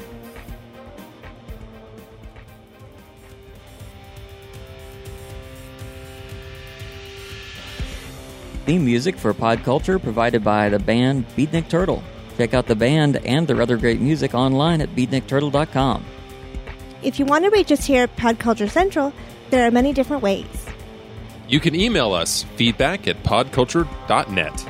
Speaker 3: Theme music for Pod Culture provided by the band Beatnik Turtle. Check out the band and their other great music online at beatnikturtle.com.
Speaker 8: If you want to reach us here at Pod Culture Central, there are many different ways.
Speaker 2: You can email us feedback at podculture.net.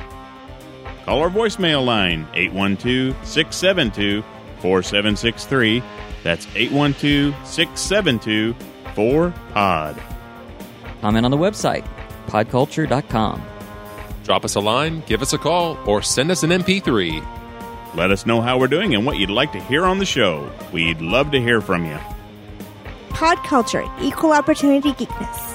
Speaker 1: Call our voicemail line 812 672 4763. That's 812 672 4POD.
Speaker 3: Comment on the website, podculture.com.
Speaker 2: Drop us a line, give us a call, or send us an MP3.
Speaker 1: Let us know how we're doing and what you'd like to hear on the show. We'd love to hear from you.
Speaker 8: Pod Culture, equal opportunity geekness.